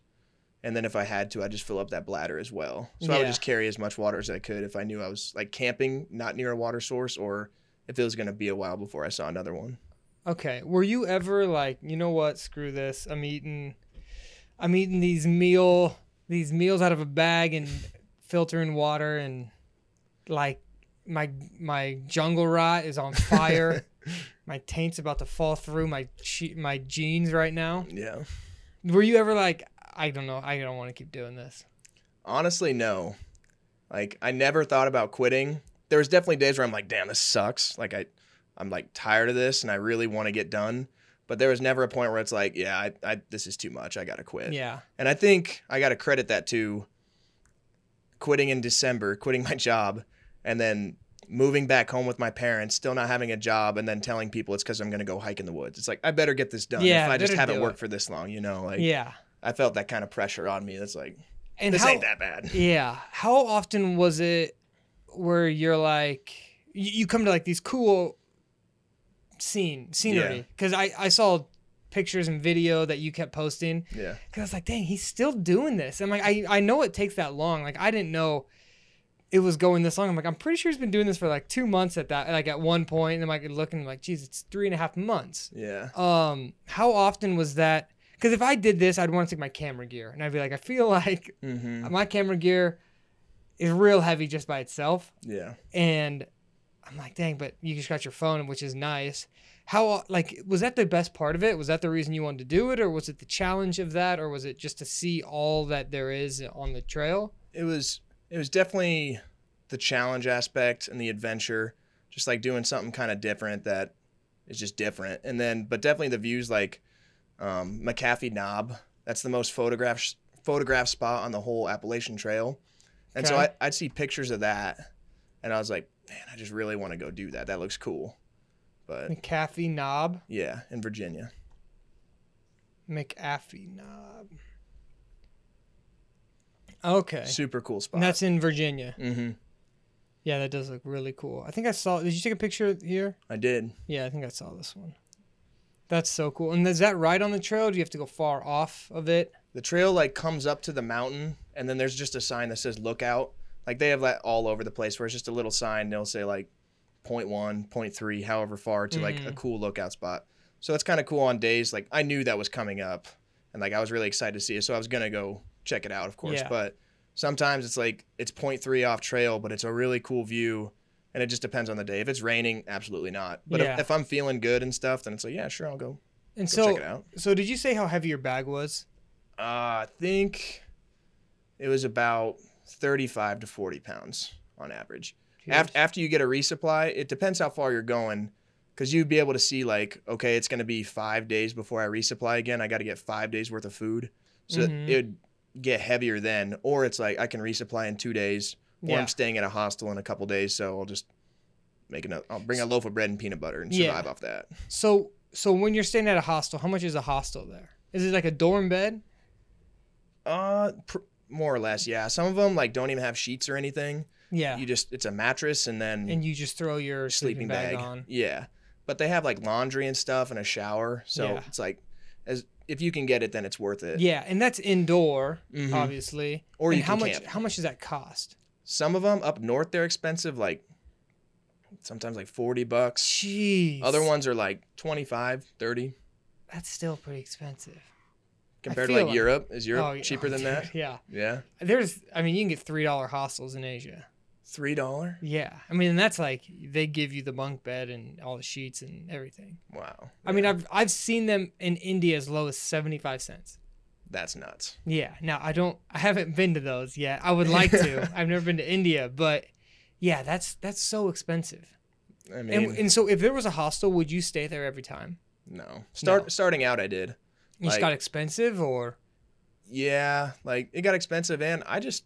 Speaker 2: and then if I had to, I just fill up that bladder as well. So I would
Speaker 1: Yeah.
Speaker 2: just carry as much water as I could if I knew I was like camping, not near a water source, or if it was gonna be a while before I saw another one.
Speaker 1: Okay. Were you ever like, you know what? Screw this. I'm eating, I'm eating these meal, these meals out of a bag and filtering water and like my my jungle rot is on fire.
Speaker 2: <laughs>
Speaker 1: my taint's about to fall through my che- my jeans right now.
Speaker 2: Yeah.
Speaker 1: Were you ever like, I don't know, I don't want to keep doing this.
Speaker 2: Honestly, no. Like I never thought about quitting. There was definitely days where I'm like, damn, this sucks. Like I I'm like tired of this and I really want to get done. But there was never a point where it's like, yeah, I, I this is too much. I gotta quit.
Speaker 1: Yeah.
Speaker 2: And I think I gotta credit that to quitting in December, <laughs> quitting my job, and then moving back home with my parents, still not having a job, and then telling people it's because I'm gonna go hike in the woods. It's like I better get this done
Speaker 1: Yeah,
Speaker 2: if I
Speaker 1: better
Speaker 2: just
Speaker 1: do
Speaker 2: haven't
Speaker 1: it.
Speaker 2: worked for this long, you know. Like
Speaker 1: yeah.
Speaker 2: I felt that kind of pressure on me. That's like
Speaker 1: And
Speaker 2: this
Speaker 1: how,
Speaker 2: ain't that bad. <laughs>
Speaker 1: Yeah. How often was it where you're like you, you come to like these cool scene scenery? Because I I saw pictures and video that you kept posting.
Speaker 2: Yeah.
Speaker 1: Cause I was like, dang, he's still doing this. I'm like, I I know it takes that long. Like I didn't know it was going this long. I'm like, I'm pretty sure he's been doing this for like two months at that. Like at one point, and I'm like looking like, geez, it's three and a half months.
Speaker 2: Yeah.
Speaker 1: Um, how often was that? Because if I did this, I'd want to take my camera gear, and I'd be like, I feel <laughs> like
Speaker 2: Mm-hmm.
Speaker 1: my camera gear is real heavy just by itself
Speaker 2: Yeah.
Speaker 1: and i'm like dang but you just got your phone which is nice how like was that the best part of it was that the reason you wanted to do it or was it the challenge of that or was it just to see all that there is on the trail
Speaker 2: It was it was definitely the challenge aspect and the adventure, just like doing something kind of different that is just different. And then but definitely the views like um McAfee Knob, that's the most photograph photograph spot on the whole Appalachian Trail. And so I,
Speaker 1: Okay.
Speaker 2: I'd see pictures of that and I was like, man, I just really want to go do that. That looks cool. But
Speaker 1: mcafee knob
Speaker 2: yeah, in Virginia.
Speaker 1: mcafee knob okay
Speaker 2: Super cool spot.
Speaker 1: and that's in virginia
Speaker 2: mm-hmm.
Speaker 1: yeah that does look really cool i think i saw did you take a picture here
Speaker 2: I did.
Speaker 1: Yeah, I think I saw this one. That's so cool. And is that right on the trail? Do you have to go far off of it?
Speaker 2: the trail like comes up to the mountain and then there's just a sign that says lookout like they have that all over the place where it's just a little sign and they'll say like 0.1 0.3 however far to
Speaker 1: Mm.
Speaker 2: like a cool lookout spot so that's kind of cool on days like i knew that was coming up and like i was really excited to see it so i was gonna go check it out of course
Speaker 1: Yeah.
Speaker 2: but sometimes it's like it's 0.3 off trail but it's a really cool view and it just depends on the day if it's raining absolutely not but
Speaker 1: Yeah.
Speaker 2: if, if i'm feeling good and stuff then it's like yeah sure i'll go,
Speaker 1: And
Speaker 2: go
Speaker 1: so,
Speaker 2: check it out
Speaker 1: so did you say how heavy your bag was?
Speaker 2: uh, I think it was about 35 to 40 pounds on average. Af- after you get a resupply, it depends how far you're going because you'd be able to see, like, okay, it's going to be five days before I resupply again. I got to get five days worth of food. So
Speaker 1: Mhm.
Speaker 2: it would get heavier then. Or it's like, I can resupply in two days, or
Speaker 1: yeah.
Speaker 2: I'm staying at a hostel in a couple days. So I'll just make another, I'll bring a loaf of bread and peanut butter and
Speaker 1: Yeah.
Speaker 2: survive off that.
Speaker 1: So, so when you're staying at a hostel, how much is a hostel there? Is it like a dorm bed?
Speaker 2: Uh, pr- more or less, yeah. Some of them, like, don't even have sheets or anything.
Speaker 1: Yeah.
Speaker 2: you just it's a mattress and then
Speaker 1: and you just throw your
Speaker 2: sleeping bag.
Speaker 1: on.
Speaker 2: Yeah, but they have like laundry and stuff and a shower, so
Speaker 1: Yeah.
Speaker 2: it's like as if you can get it, then it's worth it.
Speaker 1: Yeah, and that's indoor,
Speaker 2: Mhm.
Speaker 1: obviously.
Speaker 2: Or
Speaker 1: and
Speaker 2: you
Speaker 1: how
Speaker 2: can
Speaker 1: much?
Speaker 2: camp.
Speaker 1: How much does that cost?
Speaker 2: Some of them up north they're expensive, like sometimes like forty bucks.
Speaker 1: Jeez.
Speaker 2: Other ones are like 25, 30
Speaker 1: That's still pretty expensive.
Speaker 2: compared to
Speaker 1: feel
Speaker 2: like
Speaker 1: like- Oh,
Speaker 2: Europe. Is Europe
Speaker 1: yeah. <laughs>
Speaker 2: cheaper than that?
Speaker 1: Yeah.
Speaker 2: Yeah,
Speaker 1: There's, I mean, you can get three dollar hostels in Asia.
Speaker 2: three dollar.
Speaker 1: Yeah, I mean, and that's like they give you the bunk bed and all the sheets and everything.
Speaker 2: Wow.
Speaker 1: I mean, I've I've seen them in India as low as seventy five cents.
Speaker 2: that's nuts.
Speaker 1: Yeah. Now I don't, I haven't been to those yet. I would like
Speaker 2: <laughs>
Speaker 1: to. I've never been to India, but yeah, that's that's so expensive.
Speaker 2: I mean,
Speaker 1: And, and so, if there was a hostel, would you stay there every time?
Speaker 2: no. Start
Speaker 1: No.
Speaker 2: starting out, I did.
Speaker 1: It just
Speaker 2: Like-
Speaker 1: got expensive, or
Speaker 2: yeah like it got expensive and i just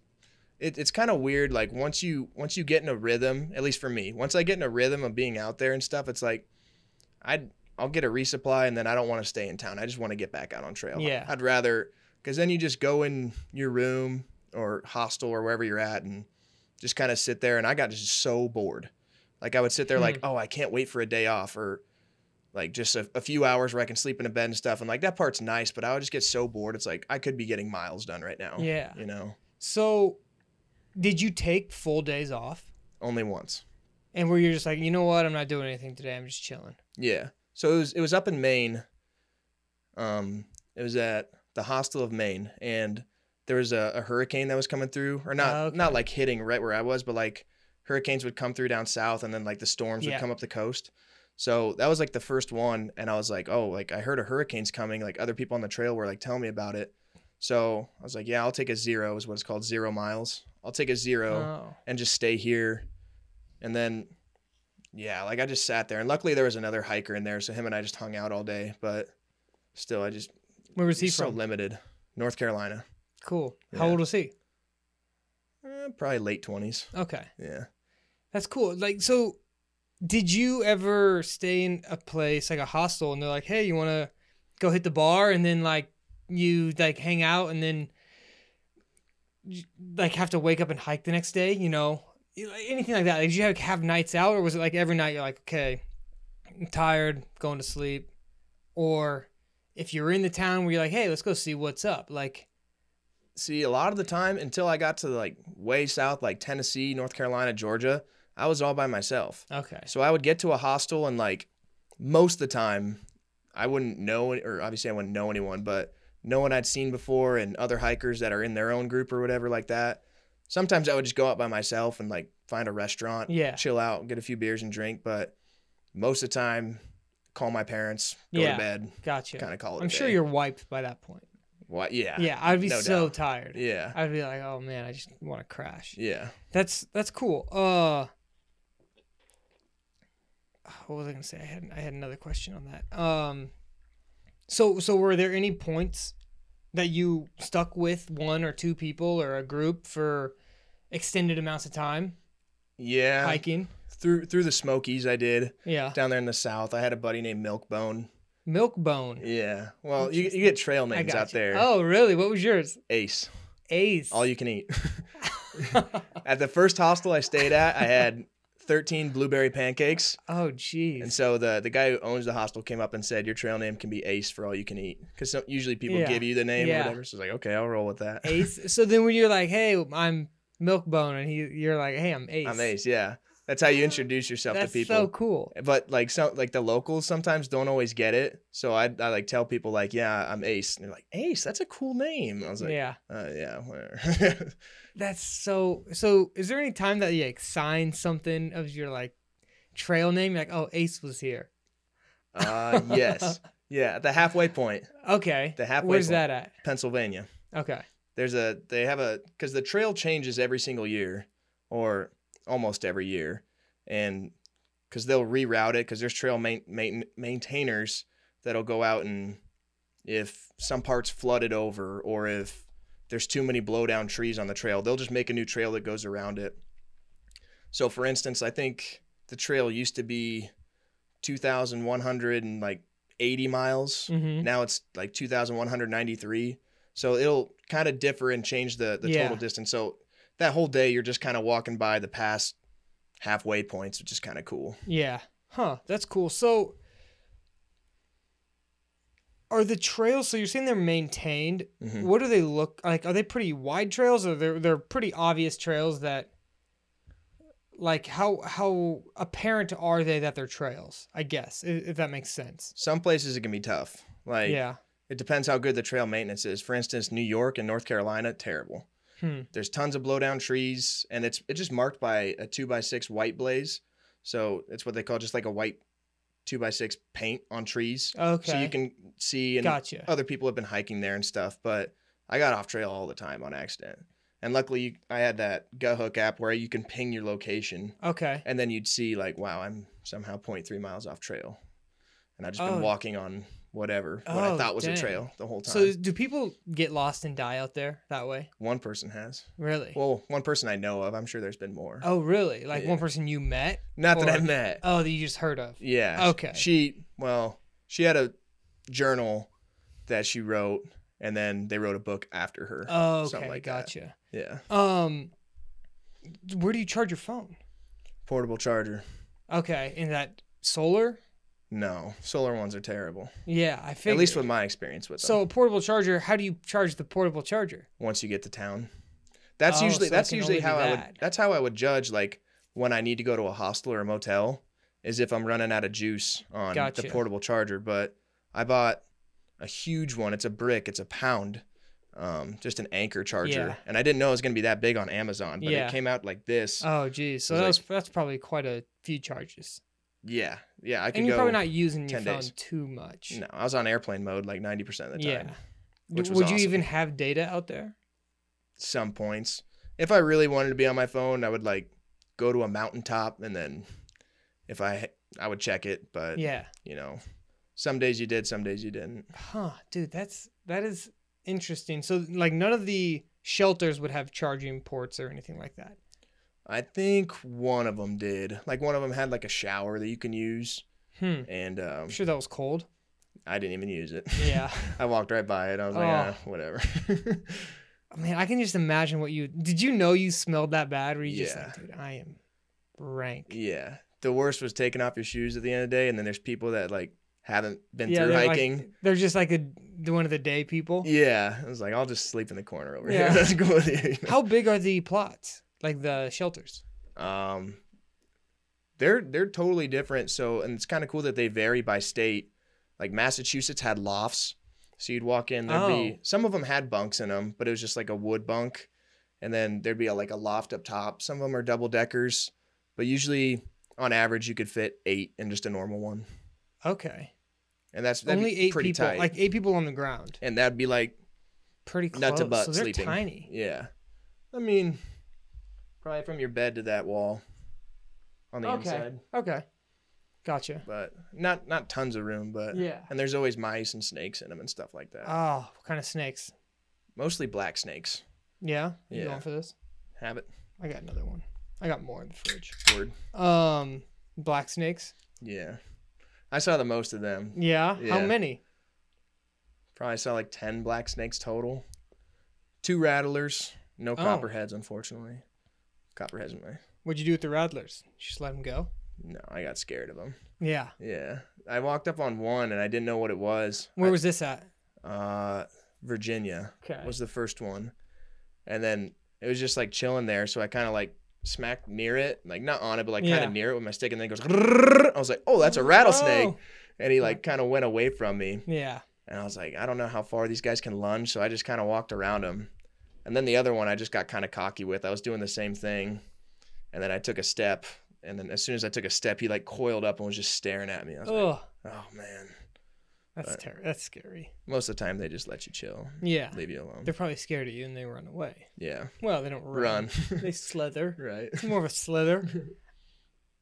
Speaker 2: it, it's kind of weird like once you once you get in a rhythm at least for me once i get in a rhythm of being out there and stuff it's like i'd i'll get a resupply and then i don't want to stay in town i just want to get back out on trail
Speaker 1: Yeah.
Speaker 2: i'd rather because then you just go in your room or hostel or wherever you're at and just kind of sit there and I got just so bored. Like I would sit there like, oh, I can't wait for a day off or like just a, a few hours where I can sleep in a bed and stuff. And like that part's nice, but I would just get so bored. It's like I could be getting miles done right now.
Speaker 1: Yeah.
Speaker 2: You know,
Speaker 1: So, did you take full days off?
Speaker 2: only once.
Speaker 1: And where you're just like, you know what? I'm not doing anything today. I'm just chilling.
Speaker 2: Yeah. So it was it was up in Maine. Um, it was at the hostel of Maine, and there was a, a hurricane that was coming through, or not
Speaker 1: Oh, okay.
Speaker 2: not like hitting right where I was, but like hurricanes would come through down south, and then like the storms
Speaker 1: Yeah.
Speaker 2: would come up the coast. So that was like the first one, and I was like, oh, like I heard a hurricane's coming. Like other people on the trail were like telling me about it. So I was like, yeah, I'll take a zero is what it's called, zero miles. I'll take a zero
Speaker 1: Oh.
Speaker 2: and just stay here. And then, yeah, like I just sat there. And luckily, there was another hiker in there, so him and I just hung out all day. But still, I just
Speaker 1: Where was he
Speaker 2: so
Speaker 1: from?
Speaker 2: limited. North Carolina,
Speaker 1: Cool. How
Speaker 2: Yeah.
Speaker 1: old was he?
Speaker 2: Eh, probably late twenties.
Speaker 1: Okay.
Speaker 2: Yeah,
Speaker 1: That's cool. Like, so did you ever stay in a place like a hostel and they're like, hey, you want to go hit the bar? And then, like, you like hang out and then j- like have to wake up and hike the next day, you know? You- like, Anything like that. Like, did you have, have nights out or was it like every night you're like, okay, I'm tired, going to sleep? Or if you're in the town where you're like, hey, let's go see what's up. Like,
Speaker 2: see, a lot of the time until I got to like way south, like Tennessee, North Carolina, Georgia, I was all by myself.
Speaker 1: okay.
Speaker 2: So I would get to a hostel and like most of the time I wouldn't know or obviously I wouldn't know anyone, but no one I'd seen before and other hikers that are in their own group or whatever like that. Sometimes I would just go out by myself and like find a restaurant,
Speaker 1: Yeah.
Speaker 2: chill out, get a few beers and drink, but most of the time call my parents, go
Speaker 1: Yeah.
Speaker 2: to bed,
Speaker 1: Gotcha.
Speaker 2: kind of call it.
Speaker 1: I'm sure you're wiped by that point.
Speaker 2: Why, yeah.
Speaker 1: Yeah, I'd be
Speaker 2: no
Speaker 1: so
Speaker 2: doubt.
Speaker 1: tired.
Speaker 2: Yeah.
Speaker 1: I'd be like, oh man, I just want to crash.
Speaker 2: Yeah.
Speaker 1: That's that's cool. Uh, what was I gonna say? I had I had another question on that. Um, so so were there any points that you stuck with one or two people or a group for extended amounts of time
Speaker 2: Yeah.
Speaker 1: hiking?
Speaker 2: Through through the Smokies I did.
Speaker 1: Yeah,
Speaker 2: Down there in the south, I had a buddy named Milkbone.
Speaker 1: Milkbone.
Speaker 2: Yeah. Well, you, you get trail
Speaker 1: I
Speaker 2: names
Speaker 1: got
Speaker 2: out
Speaker 1: you.
Speaker 2: there.
Speaker 1: Oh really? What was yours?
Speaker 2: Ace,
Speaker 1: Ace.
Speaker 2: all you can eat. <laughs> at the first hostel I stayed at, I had 13 blueberry pancakes.
Speaker 1: <laughs> oh
Speaker 2: And
Speaker 1: jeez.
Speaker 2: so the, the guy who owns the hostel came up and said, Your trail name can be Ace for all you can eat. Because usually people
Speaker 1: Yeah.
Speaker 2: give you the name
Speaker 1: Yeah.
Speaker 2: or whatever. So it's like, okay, I'll roll with that.
Speaker 1: Ace. So then when you're like, hey, I'm Milkbone, and he, you're like, hey, I'm Ace.
Speaker 2: <laughs> I'm Ace, yeah. That's how you introduce yourself
Speaker 1: That's
Speaker 2: to people.
Speaker 1: so cool.
Speaker 2: but like some like the locals sometimes don't always get it. So I, I like tell people like, yeah, I'm Ace. And they're like, Ace, that's a cool name. I was like, yeah,
Speaker 1: yeah.
Speaker 2: uh, yeah whatever." <laughs>
Speaker 1: That's so. So, is there any time that you like sign something of your like trail name? You're like, oh, Ace was here.
Speaker 2: Uh, yes. Yeah, at the halfway point,
Speaker 1: Okay.
Speaker 2: The halfway
Speaker 1: Where's
Speaker 2: point.
Speaker 1: that at?
Speaker 2: Pennsylvania.
Speaker 1: Okay.
Speaker 2: There's a they have a cuz the trail changes every single year or almost every year and cuz they'll reroute it cuz there's trail main, main, maintainers that'll go out and if some parts flooded over or if there's too many blow down trees on the trail, they'll just make a new trail that goes around it. So for instance, I think the trail used to be 2100 and like 80 miles
Speaker 1: Mm-hmm.
Speaker 2: now it's like 2193 so it'll kind of differ and change the the
Speaker 1: Yeah.
Speaker 2: total distance so that whole day you're just kind of walking by the past halfway points which is kind of cool
Speaker 1: Yeah. Huh. That's cool. So, are the trails? So you're saying they're maintained.
Speaker 2: Mhm.
Speaker 1: What do they look like? Are they pretty wide trails, or they're they're pretty obvious trails that? Like how how apparent are they that they're trails? I guess i- if that makes sense.
Speaker 2: some places it can be tough like
Speaker 1: yeah.
Speaker 2: it depends how good the trail maintenance is for instance new york and north carolina terrible
Speaker 1: Hmm.
Speaker 2: there's tons of blowdown trees and it's it's just marked by a two by six white blaze so it's what they call just like a white two by six paint on trees
Speaker 1: Okay.
Speaker 2: so you can see and
Speaker 1: gotcha.
Speaker 2: other people have been hiking there and stuff, but I got off trail all the time on accident. And luckily, I had that Hook app where you can ping your location,
Speaker 1: Okay.
Speaker 2: and then you'd see like, wow, I'm somehow 0.3 miles off trail, and I've just
Speaker 1: Oh.
Speaker 2: been walking on whatever what
Speaker 1: Oh,
Speaker 2: I thought was
Speaker 1: dang.
Speaker 2: a trail the whole time.
Speaker 1: So do people get lost and die out there that way?
Speaker 2: one person has,
Speaker 1: Really?
Speaker 2: well, one person I know of. I'm sure there's been more.
Speaker 1: oh, really? Like
Speaker 2: Yeah.
Speaker 1: one person you met?
Speaker 2: Not that I
Speaker 1: or-
Speaker 2: met.
Speaker 1: Oh, that you just heard of?
Speaker 2: Yeah.
Speaker 1: Okay.
Speaker 2: She well, she had a journal that she wrote, and then they wrote a book after her.
Speaker 1: Oh,
Speaker 2: Something
Speaker 1: okay.
Speaker 2: like that.
Speaker 1: gotcha.
Speaker 2: Yeah.
Speaker 1: Um, Where do you charge your phone?
Speaker 2: Portable charger.
Speaker 1: Okay, in that solar.
Speaker 2: No, solar ones are terrible.
Speaker 1: Yeah, I figured.
Speaker 2: At least with my experience with them.
Speaker 1: so a portable charger. How do you charge the portable charger?
Speaker 2: once you get to town, that's
Speaker 1: Oh,
Speaker 2: usually
Speaker 1: so it
Speaker 2: that's
Speaker 1: can
Speaker 2: usually
Speaker 1: only be
Speaker 2: how I would
Speaker 1: that.
Speaker 2: that's how I would judge like when I need to go to a hostel or a motel is if I'm running out of juice on
Speaker 1: Gotcha.
Speaker 2: the portable charger. But I bought a huge one. It's a brick. It's a pound. Um, just an anchor charger,
Speaker 1: Yeah.
Speaker 2: and I didn't know it was gonna be that big on Amazon, but
Speaker 1: Yeah.
Speaker 2: it came out like this.
Speaker 1: Oh, geez. So
Speaker 2: It was
Speaker 1: that was, that's probably quite a few charges.
Speaker 2: yeah, yeah, I can
Speaker 1: And you're
Speaker 2: go.
Speaker 1: probably not using your
Speaker 2: 10
Speaker 1: phone
Speaker 2: days.
Speaker 1: too much.
Speaker 2: No, I was on airplane mode like ninety percent of the
Speaker 1: yeah.
Speaker 2: time.
Speaker 1: Would
Speaker 2: which was
Speaker 1: you
Speaker 2: awesome.
Speaker 1: even have data out there?
Speaker 2: Some points, if I really wanted to be on my phone, I would like go to a mountaintop, and then if I I would check it, but
Speaker 1: Yeah.
Speaker 2: you know, some days you did, some days you didn't.
Speaker 1: Huh, dude. That's that is interesting. So like none of the shelters would have charging ports or anything like that.
Speaker 2: I think one of them did. Like one of them had like a shower that you can use,
Speaker 1: Hmm.
Speaker 2: and um,
Speaker 1: I'm sure that was cold.
Speaker 2: I didn't even use it.
Speaker 1: <laughs> Yeah.
Speaker 2: <laughs> I walked right by it. I was like,
Speaker 1: Oh.
Speaker 2: ah, whatever. <laughs>
Speaker 1: I mean, Oh, I can just imagine what you did. You know, you smelled that bad. Were you just like, dude, I am rank.
Speaker 2: yeah. The worst was taking off your shoes at the end of the day, and then there's people that like haven't been through
Speaker 1: they're
Speaker 2: hiking.
Speaker 1: Like, they're just like a the one of the day people.
Speaker 2: Yeah, I was like, I'll just sleep in the corner over
Speaker 1: Yeah.
Speaker 2: here. <laughs> Let's go with you. you know?
Speaker 1: How big are the plots? Like the shelters?
Speaker 2: Um, they're they're totally different. So, and it's kind of cool that they vary by state. Like Massachusetts had lofts, so you'd walk in. There'd
Speaker 1: Oh.
Speaker 2: be some of them had bunks in them, but it was just like a wood bunk, and then there'd be a, like a loft up top. Some of them are double deckers, but usually on average you could fit eight in just a normal one,
Speaker 1: Okay.
Speaker 2: and that's that'd
Speaker 1: Only
Speaker 2: be
Speaker 1: eight
Speaker 2: pretty
Speaker 1: people.
Speaker 2: tight.
Speaker 1: Like eight people on the ground.
Speaker 2: and that'd be like
Speaker 1: Pretty close.
Speaker 2: Nut to butt
Speaker 1: so they're
Speaker 2: sleeping.
Speaker 1: tiny.
Speaker 2: yeah, I mean, probably from your bed to that wall on the
Speaker 1: okay.
Speaker 2: inside,
Speaker 1: Okay. Gotcha.
Speaker 2: but not not tons of room, but.
Speaker 1: Yeah.
Speaker 2: And there's always mice and snakes in them and stuff like that.
Speaker 1: Oh, what kind of snakes?
Speaker 2: Mostly black snakes.
Speaker 1: Yeah. You
Speaker 2: Yeah.
Speaker 1: going for this?
Speaker 2: Have it.
Speaker 1: I got another one. I got more in the fridge.
Speaker 2: Word.
Speaker 1: Um, black snakes.
Speaker 2: Yeah. I saw the most of them.
Speaker 1: Yeah. How
Speaker 2: Yeah.
Speaker 1: many?
Speaker 2: Probably saw like 10 black snakes total. Two rattlers.
Speaker 1: Oh.
Speaker 2: No copperheads, unfortunately. Copperheads, my.
Speaker 1: What'd you do with the rattlers? Just let them go.
Speaker 2: No, I got scared of them.
Speaker 1: Yeah.
Speaker 2: Yeah. I walked up on one and I didn't know what it was.
Speaker 1: Where
Speaker 2: I-
Speaker 1: was this at?
Speaker 2: uh, Virginia
Speaker 1: Okay.
Speaker 2: was the first one. And then it was just like chilling there. So I kind of like smacked near it, like not on it, but like kind
Speaker 1: Yeah.
Speaker 2: of near it with my stick. And then it goes, "Grrrr." I was like, oh, that's a rattlesnake.
Speaker 1: Oh,
Speaker 2: and he like kind of went away from me
Speaker 1: Yeah.
Speaker 2: and i was like i don't know how far these guys can lunge so i just kind of walked around him and then the other one i just got kind of cocky with i was doing the same thing and then i took a step and then as soon as i took a step he like coiled up and was just staring at me i was like
Speaker 1: Oh,
Speaker 2: oh man
Speaker 1: that's
Speaker 2: but-
Speaker 1: ter- That's scary.
Speaker 2: most of the time they just let you chill
Speaker 1: Yeah.
Speaker 2: leave you alone
Speaker 1: They're probably scared of you and they run away.
Speaker 2: yeah
Speaker 1: Well, they don't run.
Speaker 2: run <laughs>
Speaker 1: They slither.
Speaker 2: right
Speaker 1: It's more of a
Speaker 2: <laughs>
Speaker 1: slither.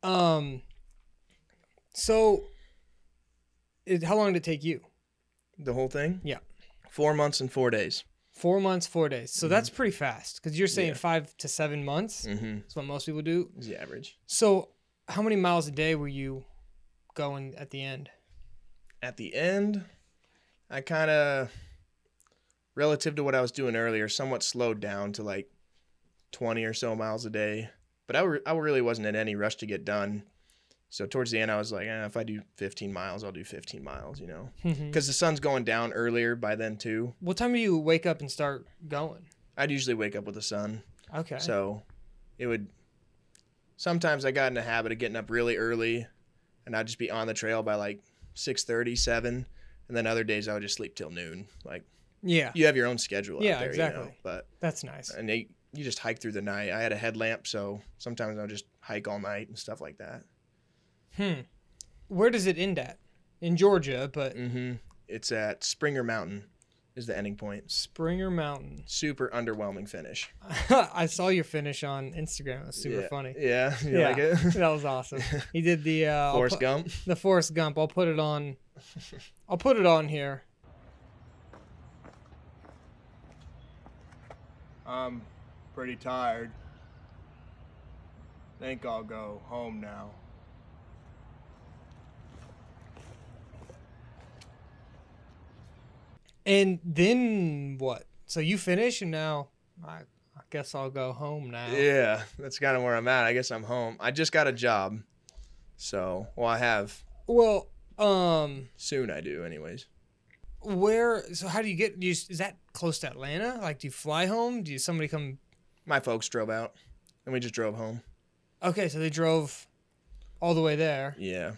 Speaker 1: Um. So, it, how long did it take you?
Speaker 2: the whole thing
Speaker 1: Yeah.
Speaker 2: four months and four days
Speaker 1: Four months, four days. So that's pretty fast because you're saying
Speaker 2: Mm-hmm. Yeah.
Speaker 1: five to seven months.
Speaker 2: mm-hmm
Speaker 1: That's what most people do.
Speaker 2: is the average
Speaker 1: So, how many miles a day were you going at the end?
Speaker 2: at the end, I kind of, relative to what I was doing earlier, somewhat slowed down to like 20 or so miles a day. But I, re- I really wasn't in any rush to get done. So towards the end, I was like, eh, if I do 15 miles, I'll do 15 miles, you know? Because the sun's going down earlier by then, too.
Speaker 1: what time do you wake up and start going?
Speaker 2: I'd usually wake up with the sun.
Speaker 1: Okay.
Speaker 2: So it would, sometimes I got in the habit of getting up really early and I'd just be on the trail by like 6.30, 7. And then other days I would just sleep till noon. Like,
Speaker 1: yeah,
Speaker 2: you have your own schedule
Speaker 1: Yeah,
Speaker 2: out there,
Speaker 1: exactly.
Speaker 2: you know. But
Speaker 1: that's nice.
Speaker 2: and they, you just hike through the night. I had a headlamp, so sometimes I'll just hike all night and stuff like that.
Speaker 1: Hmm. Where does it end at? In Georgia, but
Speaker 2: Mm-hmm. It's at Springer Mountain, is the ending point.
Speaker 1: Springer Mountain. <laughs>
Speaker 2: Super underwhelming finish.
Speaker 1: I saw your finish on Instagram. It was super
Speaker 2: Yeah.
Speaker 1: funny.
Speaker 2: Yeah, <laughs> you
Speaker 1: Yeah.
Speaker 2: like it?
Speaker 1: <laughs> That was awesome. He did the uh, I'll
Speaker 2: Forrest
Speaker 1: pu-
Speaker 2: Gump.
Speaker 1: the Forrest Gump. I'll put it
Speaker 2: <laughs>
Speaker 1: on. I'll put it on here.
Speaker 2: I'm pretty tired. Think I'll go home now.
Speaker 1: And then what? So you finish, and now I, I guess I'll go home now.
Speaker 2: Yeah, that's kind of where I'm at. I guess I'm home. I just got a job. So, well, I have.
Speaker 1: Well, um,
Speaker 2: Soon I do, anyways.
Speaker 1: where? So how do you get? Do you, is that close to Atlanta? Like, do you fly home? Do you, somebody come?
Speaker 2: My folks drove out and we just drove home.
Speaker 1: Okay, so they drove all the way there.
Speaker 2: Yeah.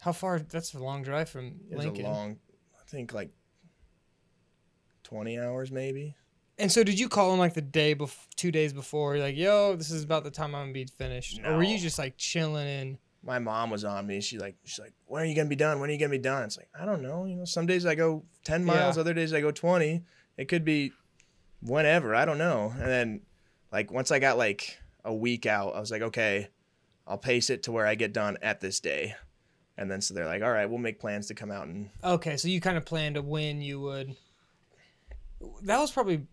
Speaker 1: How far? That's a long drive from
Speaker 2: It was
Speaker 1: Lincoln.
Speaker 2: a long, I think like 20 hours maybe.
Speaker 1: and so, did you call him like the day before, two days before? You're like, yo, this is about the time I'm gonna be finished, or were you
Speaker 2: No.
Speaker 1: just like chilling in?
Speaker 2: My mom was on me. She like she's like, when are you gonna be done? When are you gonna be done? It's like I don't know. You know, some days I go ten miles,
Speaker 1: Yeah.
Speaker 2: other days I go twenty. It could be whenever. I don't know. And then like once I got like a week out, I was like, okay, I'll pace it to where I get done at this day. And then so they're like, all right, we'll make plans to come out and
Speaker 1: Okay, so you kind of planned to when you would. That was probably.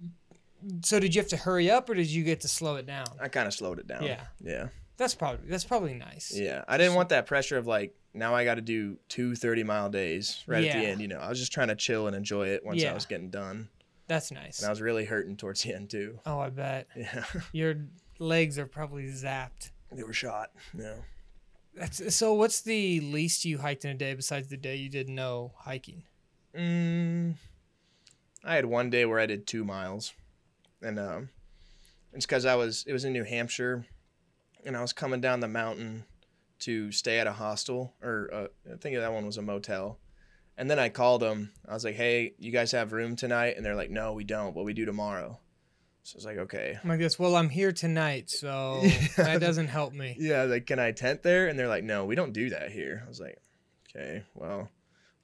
Speaker 1: So did you have to hurry up, or did you get to slow it down?
Speaker 2: I kind of slowed it down.
Speaker 1: Yeah.
Speaker 2: Yeah.
Speaker 1: That's probably that's probably nice.
Speaker 2: Yeah, I didn't want that pressure of like now I got to do two 30 mile days right at the
Speaker 1: Yeah.
Speaker 2: end. You know, I was just trying to chill and enjoy it once
Speaker 1: Yeah.
Speaker 2: I was getting done,
Speaker 1: That's nice.
Speaker 2: and I was really hurting towards the end too.
Speaker 1: Oh, I bet
Speaker 2: Yeah, <laughs>
Speaker 1: your legs are probably zapped.
Speaker 2: they were shot. Yeah,
Speaker 1: That's, so what's the least you hiked in a day besides the day you did no hiking?
Speaker 2: mm, I had one day where I did two miles, and um, it's because I was it was in New Hampshire, and I was coming down the mountain to stay at a hostel or uh, I think that one was a motel. And then I called them. I was like, "Hey, you guys have room tonight?" And they're like, "No, we don't, but we do tomorrow." So I was like, "Okay."
Speaker 1: I'm like this. Well, I'm here tonight,
Speaker 2: <laughs>
Speaker 1: so that doesn't help me.
Speaker 2: Yeah, I was like, "Can I tent there?" And they're like, "No, we don't do that here." I was like, "Okay, well,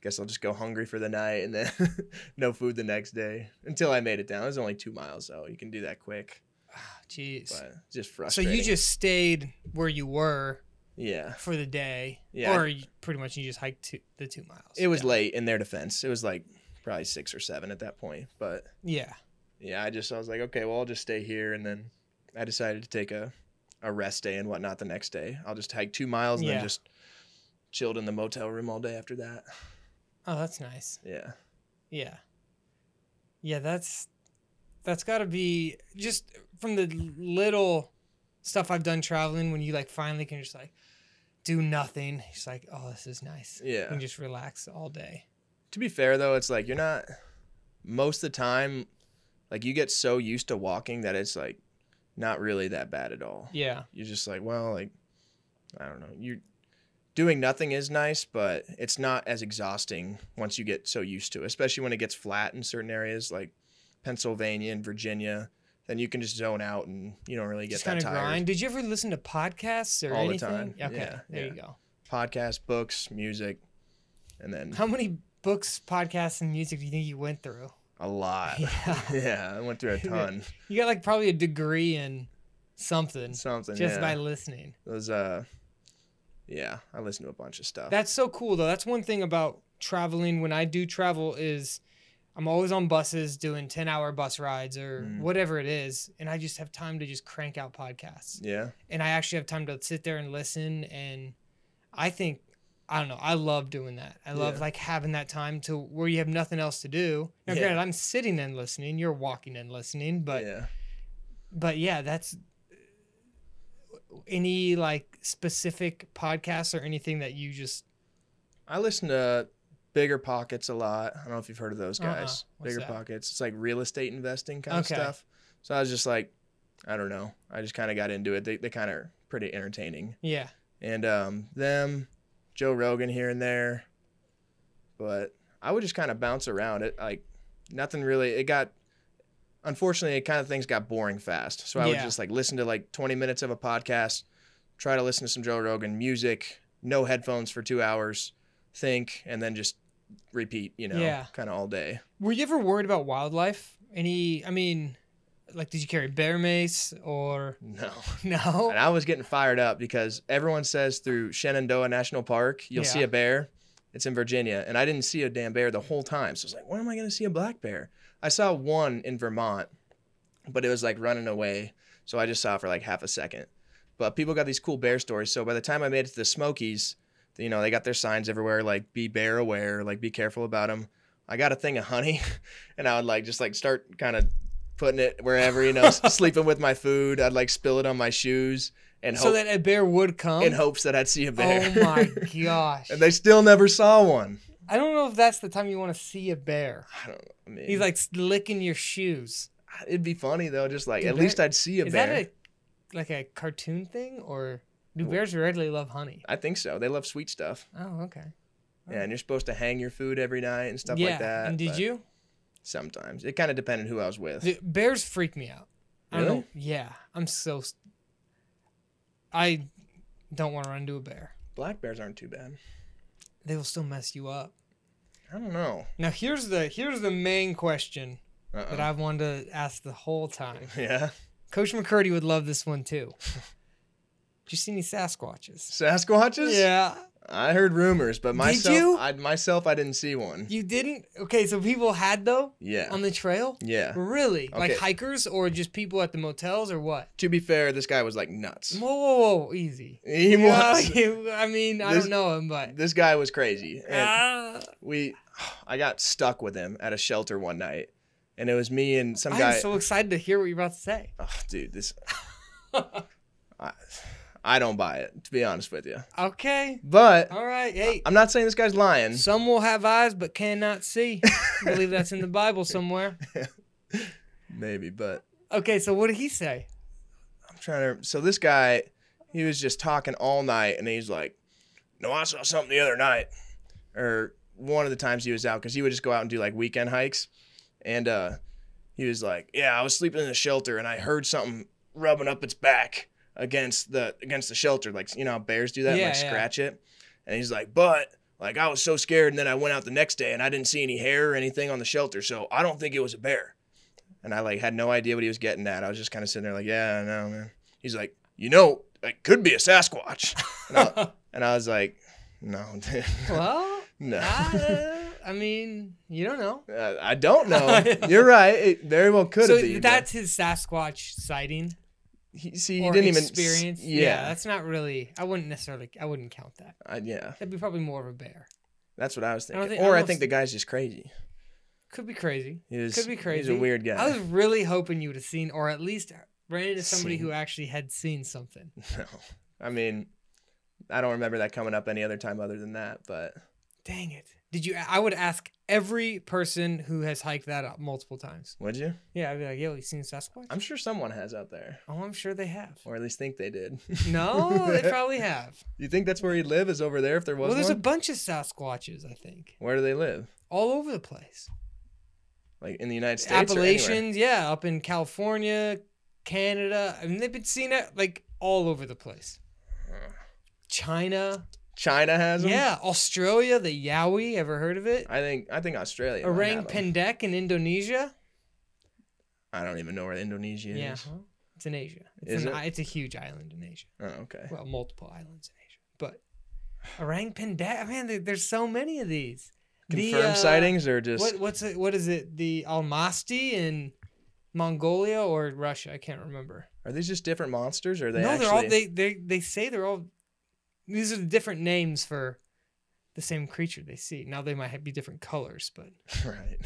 Speaker 2: guess I'll just go hungry for the night and then <laughs> no food the next day until I made it down. It was only 2 miles, so you can do that quick."
Speaker 1: Ah, Jeez.
Speaker 2: But it's just
Speaker 1: so
Speaker 2: frustrating.
Speaker 1: you just stayed where you were
Speaker 2: Yeah.
Speaker 1: for the day,
Speaker 2: Yeah, I-
Speaker 1: or you, pretty much you just hiked two, the two miles.
Speaker 2: It was
Speaker 1: yeah.
Speaker 2: late in their defense. It was like probably 6 or 7 at that point, but
Speaker 1: yeah.
Speaker 2: yeah, I just I was like, okay, well, I'll just stay here, and then I decided to take a, a rest day and whatnot the next day. I'll just hike two miles and
Speaker 1: Yeah.
Speaker 2: then just chilled in the motel room all day after that.
Speaker 1: Oh, that's nice.
Speaker 2: Yeah,
Speaker 1: Yeah. Yeah, that's that's got to be just from the little stuff I've done traveling when you like finally can just like do nothing. It's like, oh, this is nice. You
Speaker 2: yeah.
Speaker 1: can just relax all day.
Speaker 2: To be fair though, it's like you're not most of the time, like you get so used to walking that it's like not really that bad at all.
Speaker 1: Yeah.
Speaker 2: You're just like, well, like I don't know, you doing nothing is nice, but it's not as exhausting once you get so used to it, especially when it gets flat in certain areas like Pennsylvania and Virginia. Then you can just zone out and you don't really get
Speaker 1: just
Speaker 2: that
Speaker 1: kind of
Speaker 2: tired.
Speaker 1: grind. Did you ever listen to podcasts or
Speaker 2: All the
Speaker 1: anything?
Speaker 2: time.
Speaker 1: Okay,
Speaker 2: Yeah,
Speaker 1: there
Speaker 2: yeah.
Speaker 1: you go.
Speaker 2: Podcast, books, music, and then
Speaker 1: How many books, podcasts, and music do you think you went through?
Speaker 2: a
Speaker 1: <laughs>
Speaker 2: lot. <laughs>
Speaker 1: Yeah.
Speaker 2: yeah,
Speaker 1: <laughs>
Speaker 2: I went through a ton.
Speaker 1: You got like probably a degree in something
Speaker 2: Something
Speaker 1: just
Speaker 2: yeah.
Speaker 1: by listening.
Speaker 2: those uh yeah i listen to a bunch of stuff
Speaker 1: That's so cool though. That's one thing about traveling when I do travel is I'm always on buses doing 10-hour bus rides or
Speaker 2: Mm.
Speaker 1: whatever it is and I just have time to just crank out podcasts.
Speaker 2: yeah
Speaker 1: And I actually have time to sit there and listen and I think I don't know, I love doing that. I love
Speaker 2: Yeah.
Speaker 1: like having that time to where you have nothing else to do. Now
Speaker 2: Yeah.
Speaker 1: granted I'm sitting and listening, you're walking and listening, but
Speaker 2: yeah
Speaker 1: but yeah, that's uh, any like specific podcasts or anything that you just
Speaker 2: i listen to bigger pockets a lot i don't know if you've heard of those
Speaker 1: Uh-uh.
Speaker 2: guys
Speaker 1: What's
Speaker 2: bigger
Speaker 1: that?
Speaker 2: pockets it's like real estate investing kind
Speaker 1: Okay.
Speaker 2: of stuff so i was just like i don't know i just kind of got into it they, they kind of are pretty entertaining
Speaker 1: yeah.
Speaker 2: and um them joe rogan here and there but i would just kind of bounce around it like nothing really it got unfortunately it kind of things got boring fast so i would
Speaker 1: Yeah.
Speaker 2: just like listen to like 20 minutes of a podcast try to listen to some joe rogan music no headphones for two hours think and then just repeat you know
Speaker 1: Yeah.
Speaker 2: kind of all day <laughs>
Speaker 1: Were you ever worried about wildlife? Any, I mean, like, did you carry bear mace or <laughs>
Speaker 2: no
Speaker 1: no?
Speaker 2: and i was getting fired up because everyone says through shenandoah national park you'll see
Speaker 1: Yeah.
Speaker 2: a bear it's in virginia and i didn't see a damn bear the whole time so i was like when am i going to see a black bear i saw one in vermont but it was like running away so i just saw it for like half a second but people got these cool bear stories so by the time i made it to the smokies you know they got their signs everywhere like be bear <laughs> aware like be careful about them i got a thing of honey and i would like just like start kind of putting it wherever, you
Speaker 1: <laughs>
Speaker 2: know, s- sleeping with my food. I'd like spill it on my shoes and
Speaker 1: so
Speaker 2: hope,
Speaker 1: that a bear would come.
Speaker 2: in hopes that I'd see a bear. <laughs>
Speaker 1: Oh my gosh!
Speaker 2: and they still never saw one.
Speaker 1: I don't know if that's the time you want to see a bear.
Speaker 2: I don't know. I mean,
Speaker 1: He's like licking your shoes.
Speaker 2: it'd be funny though, just like
Speaker 1: Dude,
Speaker 2: at
Speaker 1: that-
Speaker 2: least I'd see a
Speaker 1: Is
Speaker 2: bear.
Speaker 1: that a like a cartoon thing, or do bears readily love honey?
Speaker 2: I think so. They love sweet stuff.
Speaker 1: Oh, okay.
Speaker 2: Yeah, and you're supposed to hang your food every night and stuff
Speaker 1: yeah.
Speaker 2: like that.
Speaker 1: and did
Speaker 2: but
Speaker 1: you?
Speaker 2: Sometimes it kind of depended who I was with.
Speaker 1: Dude, bears freak me out. I
Speaker 2: Really?
Speaker 1: don't, yeah, I'm so. s- I don't want to run into a bear.
Speaker 2: Black bears aren't too bad.
Speaker 1: They will still mess you up.
Speaker 2: I don't know.
Speaker 1: Now here's the here's the main question that
Speaker 2: Uh-uh.
Speaker 1: I've wanted to ask the whole time.
Speaker 2: <laughs> Yeah,
Speaker 1: Coach McCurdy would love this one
Speaker 2: <laughs>
Speaker 1: too. Did you see any Sasquatches?
Speaker 2: Sasquatches.
Speaker 1: Yeah,
Speaker 2: I heard rumors, but myself,
Speaker 1: you?
Speaker 2: I myself, I didn't see one.
Speaker 1: you didn't. Okay, so people had though
Speaker 2: Yeah,
Speaker 1: on the trail.
Speaker 2: yeah.
Speaker 1: Really? Like
Speaker 2: Okay.
Speaker 1: hikers or just people at the motels or what?
Speaker 2: To be fair, this guy was like nuts.
Speaker 1: Whoa, whoa, whoa! Easy. <laughs>
Speaker 2: He was.
Speaker 1: Yeah, I mean, I
Speaker 2: This-
Speaker 1: don't know him, but
Speaker 2: This guy was crazy. And
Speaker 1: Ah,
Speaker 2: we, I got stuck with him at a shelter one night, and it was me and some guy.
Speaker 1: I'm so excited to hear what you're about to say.
Speaker 2: oh,
Speaker 1: <laughs>
Speaker 2: dude, this. I, I don't buy it, to be honest with you.
Speaker 1: Okay.
Speaker 2: But
Speaker 1: All right. Hey,
Speaker 2: I'm not saying this guy's lying.
Speaker 1: some will have eyes but cannot see. I believe that's in the Bible somewhere.
Speaker 2: Maybe, but
Speaker 1: Okay, so what did he say?
Speaker 2: I'm trying to. So this guy, he was just talking all night, and he's like, "No, I saw something the other night," or one of the times he was out because he would just go out and do like weekend hikes, and uh, he was like, "Yeah, I was sleeping in a shelter, and I heard something rubbing up its back against the against the shelter, like you know how bears do that, and, like
Speaker 1: Yeah, yeah.
Speaker 2: scratch it." And he's like, "But." Like I was so scared, and then I went out the next day, and I didn't see any hair or anything on the shelter, so I don't think it was a bear. And I like had no idea what he was getting at. I was just kind of sitting there, like, yeah, I know, man. He's like, you know, it could be a Sasquatch. And I, and I was like, no, <laughs> dude,
Speaker 1: <laughs> well,
Speaker 2: no.
Speaker 1: I, uh, I mean, you don't know.
Speaker 2: Uh, I don't know. You're right. It very well could
Speaker 1: so
Speaker 2: have been.
Speaker 1: that's his Sasquatch sighting
Speaker 2: but he, see, he
Speaker 1: or
Speaker 2: didn't even s-
Speaker 1: experience.
Speaker 2: Yeah,
Speaker 1: that's not really. I wouldn't necessarily. I wouldn't count that.
Speaker 2: I- yeah,
Speaker 1: That'd be probably more of a bear.
Speaker 2: that's what I was
Speaker 1: I don't
Speaker 2: thinking.
Speaker 1: think- I
Speaker 2: or I
Speaker 1: don't
Speaker 2: think
Speaker 1: s-
Speaker 2: the guy's just crazy.
Speaker 1: Could be crazy.
Speaker 2: He was,
Speaker 1: Could be
Speaker 2: He's a
Speaker 1: crazy.
Speaker 2: weird guy.
Speaker 1: I was really hoping you would have seen, or at least ran into somebody
Speaker 2: Seen.
Speaker 1: who actually had seen something.
Speaker 2: <laughs> no, I mean, I don't remember that coming up any other time other than that. But
Speaker 1: Dang it! Did you? I would ask every person who has hiked that up multiple times.
Speaker 2: would you?
Speaker 1: Yeah, I'd be like, "Yo, you seen Sasquatch?"
Speaker 2: I'm sure someone has out there,
Speaker 1: oh, I'm sure they have.
Speaker 2: or at least think they did.
Speaker 1: <laughs> No,
Speaker 2: <laughs>
Speaker 1: they probably have.
Speaker 2: you think that's where he'd live? Is over there if there was
Speaker 1: well, there's a
Speaker 2: one?
Speaker 1: bunch of Sasquatches, I think,
Speaker 2: Where do they live?
Speaker 1: all over the place.
Speaker 2: Like in the United States? or anywhere?
Speaker 1: Appalachians, yeah, up in California, Canada. I mean, they've been seen at like all over the place. China,
Speaker 2: China has them.
Speaker 1: yeah, Australia, the Yowie. Ever heard of it?
Speaker 2: I think I think Australia. might
Speaker 1: Orang
Speaker 2: have 'em.
Speaker 1: Pendek in Indonesia.
Speaker 2: I don't even know where Indonesia is.
Speaker 1: Yeah, huh? it's in Asia. It's
Speaker 2: uh-huh. Is
Speaker 1: an,
Speaker 2: it?
Speaker 1: i- It's a huge island in Asia.
Speaker 2: Oh, okay.
Speaker 1: <laughs> Well, multiple islands in Asia, but Orang Pendek. Man, there, there's so many of these. The,
Speaker 2: Confirmed
Speaker 1: uh,
Speaker 2: sightings or just
Speaker 1: What what's it? What is it? The Almasti in Mongolia or Russia? I can't remember.
Speaker 2: are these just different monsters or are they
Speaker 1: no,
Speaker 2: actually
Speaker 1: they're all they they they say they're all. These are the different names for the same creature they see. Now they might have- be different colors, but
Speaker 2: <laughs> right.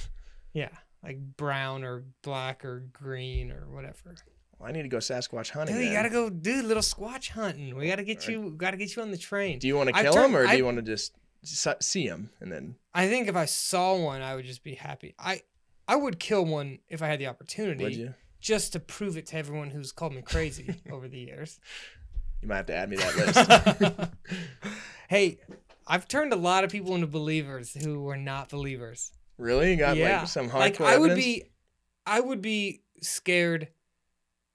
Speaker 1: yeah, like brown or black or green or whatever.
Speaker 2: Well, I need to go Sasquatch hunting.
Speaker 1: Dude, you
Speaker 2: then.
Speaker 1: gotta go do little squatch hunting. We gotta get
Speaker 2: Or-
Speaker 1: you gotta get you on the train.
Speaker 2: Do you want to
Speaker 1: I've
Speaker 2: kill
Speaker 1: turned-
Speaker 2: them or do
Speaker 1: I-
Speaker 2: you want to just s- see them and then
Speaker 1: I think if I saw one, I would just be happy. I I would kill one if I had the opportunity.
Speaker 2: would you?
Speaker 1: just to prove it to everyone who's called me
Speaker 2: <laughs>
Speaker 1: crazy over the years.
Speaker 2: You might have to add me that
Speaker 1: <laughs>
Speaker 2: list.
Speaker 1: hey, I've turned a lot of people into believers who were not believers.
Speaker 2: really? You got
Speaker 1: Yeah.
Speaker 2: like some
Speaker 1: Like
Speaker 2: hardcore
Speaker 1: I would
Speaker 2: evidence?
Speaker 1: be I would be scared.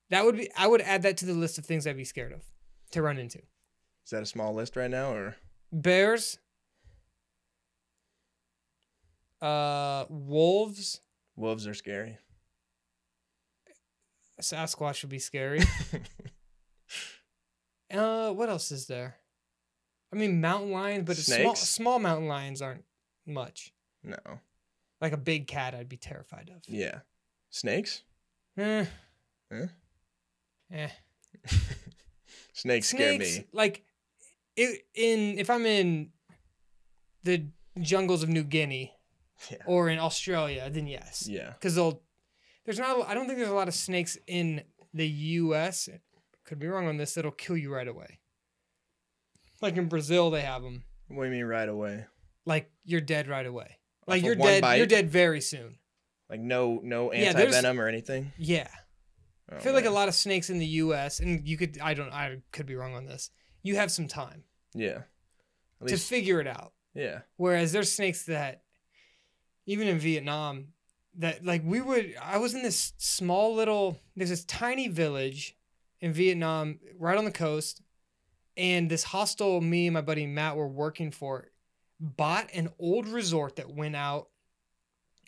Speaker 1: That would be I would add that to the list of things I'd be scared of to run into.
Speaker 2: Is that a small list right now or
Speaker 1: Bears, uh wolves,
Speaker 2: wolves are scary?
Speaker 1: Sasquatch would be
Speaker 2: <laughs>
Speaker 1: scary. uh, what else is there? I mean, mountain lions, but it's small
Speaker 2: Snakes?
Speaker 1: small mountain lions aren't much.
Speaker 2: No.
Speaker 1: Like a big cat, I'd be terrified of.
Speaker 2: Yeah. Snakes? <laughs>
Speaker 1: Eh.
Speaker 2: Huh?
Speaker 1: Eh.
Speaker 2: Snakes, scare
Speaker 1: Snakes,
Speaker 2: me.
Speaker 1: like i in if I'm in the jungles of New Guinea
Speaker 2: <laughs> Yeah.
Speaker 1: or in Australia, then yes,
Speaker 2: Yeah.
Speaker 1: because they'll there's not. a- I don't think there's a lot of snakes in the U.S. Could be wrong on this. That'll kill you right away. Like in Brazil, they have them.
Speaker 2: What do you mean right away?
Speaker 1: Like you're dead right away. Like
Speaker 2: of
Speaker 1: you're
Speaker 2: Oh, one
Speaker 1: dead. You're
Speaker 2: bite?
Speaker 1: dead very soon.
Speaker 2: Like no no
Speaker 1: Yeah,
Speaker 2: anti
Speaker 1: there's-
Speaker 2: venom or anything.
Speaker 1: Yeah.
Speaker 2: Oh,
Speaker 1: I feel like a
Speaker 2: man.
Speaker 1: lot of snakes in the U.S. and you could. I don't. I could be wrong on this. You have some time
Speaker 2: Yeah. At
Speaker 1: to
Speaker 2: least
Speaker 1: figure it out.
Speaker 2: yeah.
Speaker 1: Whereas there's snakes that, even in Vietnam, that like we would, I was in this small little, there's this tiny village in Vietnam right on the coast. And this hostel me and my buddy Matt were working for bought an old resort that went out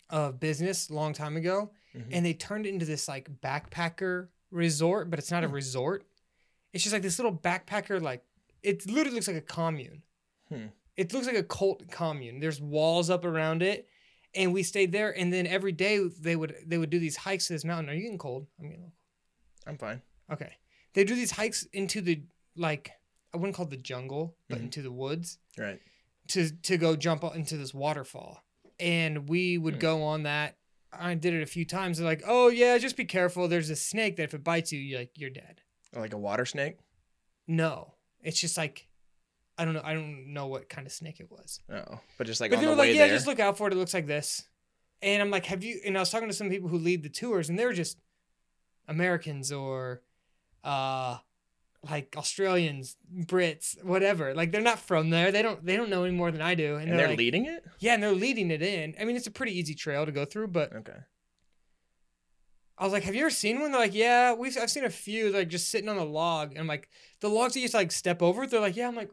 Speaker 1: of business a long time ago.
Speaker 2: Mhm.
Speaker 1: And they turned it into this like backpacker resort, but it's not a
Speaker 2: Hmm.
Speaker 1: resort. It's just like this little backpacker, like it literally looks like a commune it looks like a cult commune. There's walls up around it, and we stayed there. And then every day they would they would do these hikes to this mountain. Are you getting cold? I'm getting
Speaker 2: I'm fine.
Speaker 1: okay. They do these hikes into the like I wouldn't call it the jungle, but
Speaker 2: Mhm.
Speaker 1: into the woods
Speaker 2: Right.
Speaker 1: to to go jump o- into this waterfall. And we would
Speaker 2: Hmm.
Speaker 1: go on that. I did it a few times. They're like, oh yeah, just be careful. There's a snake that if it bites you, you're like you're dead.
Speaker 2: Like a water snake?
Speaker 1: No, it's just like I don't know. I don't know what kind of snake it was.
Speaker 2: Oh. But just like
Speaker 1: but
Speaker 2: on
Speaker 1: they
Speaker 2: the
Speaker 1: were
Speaker 2: way
Speaker 1: like, yeah,
Speaker 2: there.
Speaker 1: just look out for it. It looks like this. And I'm like, have you? And I was talking to some people who lead the tours, and they were just Americans or uh, like Australians, Brits, whatever. Like they're not from there. They don't they don't know any more than I do. And,
Speaker 2: and
Speaker 1: they're,
Speaker 2: they're
Speaker 1: like,
Speaker 2: leading it?
Speaker 1: yeah, and they're leading it in. I mean, it's a pretty easy trail to go through, but
Speaker 2: Okay.
Speaker 1: I was like, "Have you ever seen one?" They're like, "Yeah, we've I've seen a few like just sitting on the log." And I'm like, "The logs that you just like step over." They're like, "Yeah." I'm like,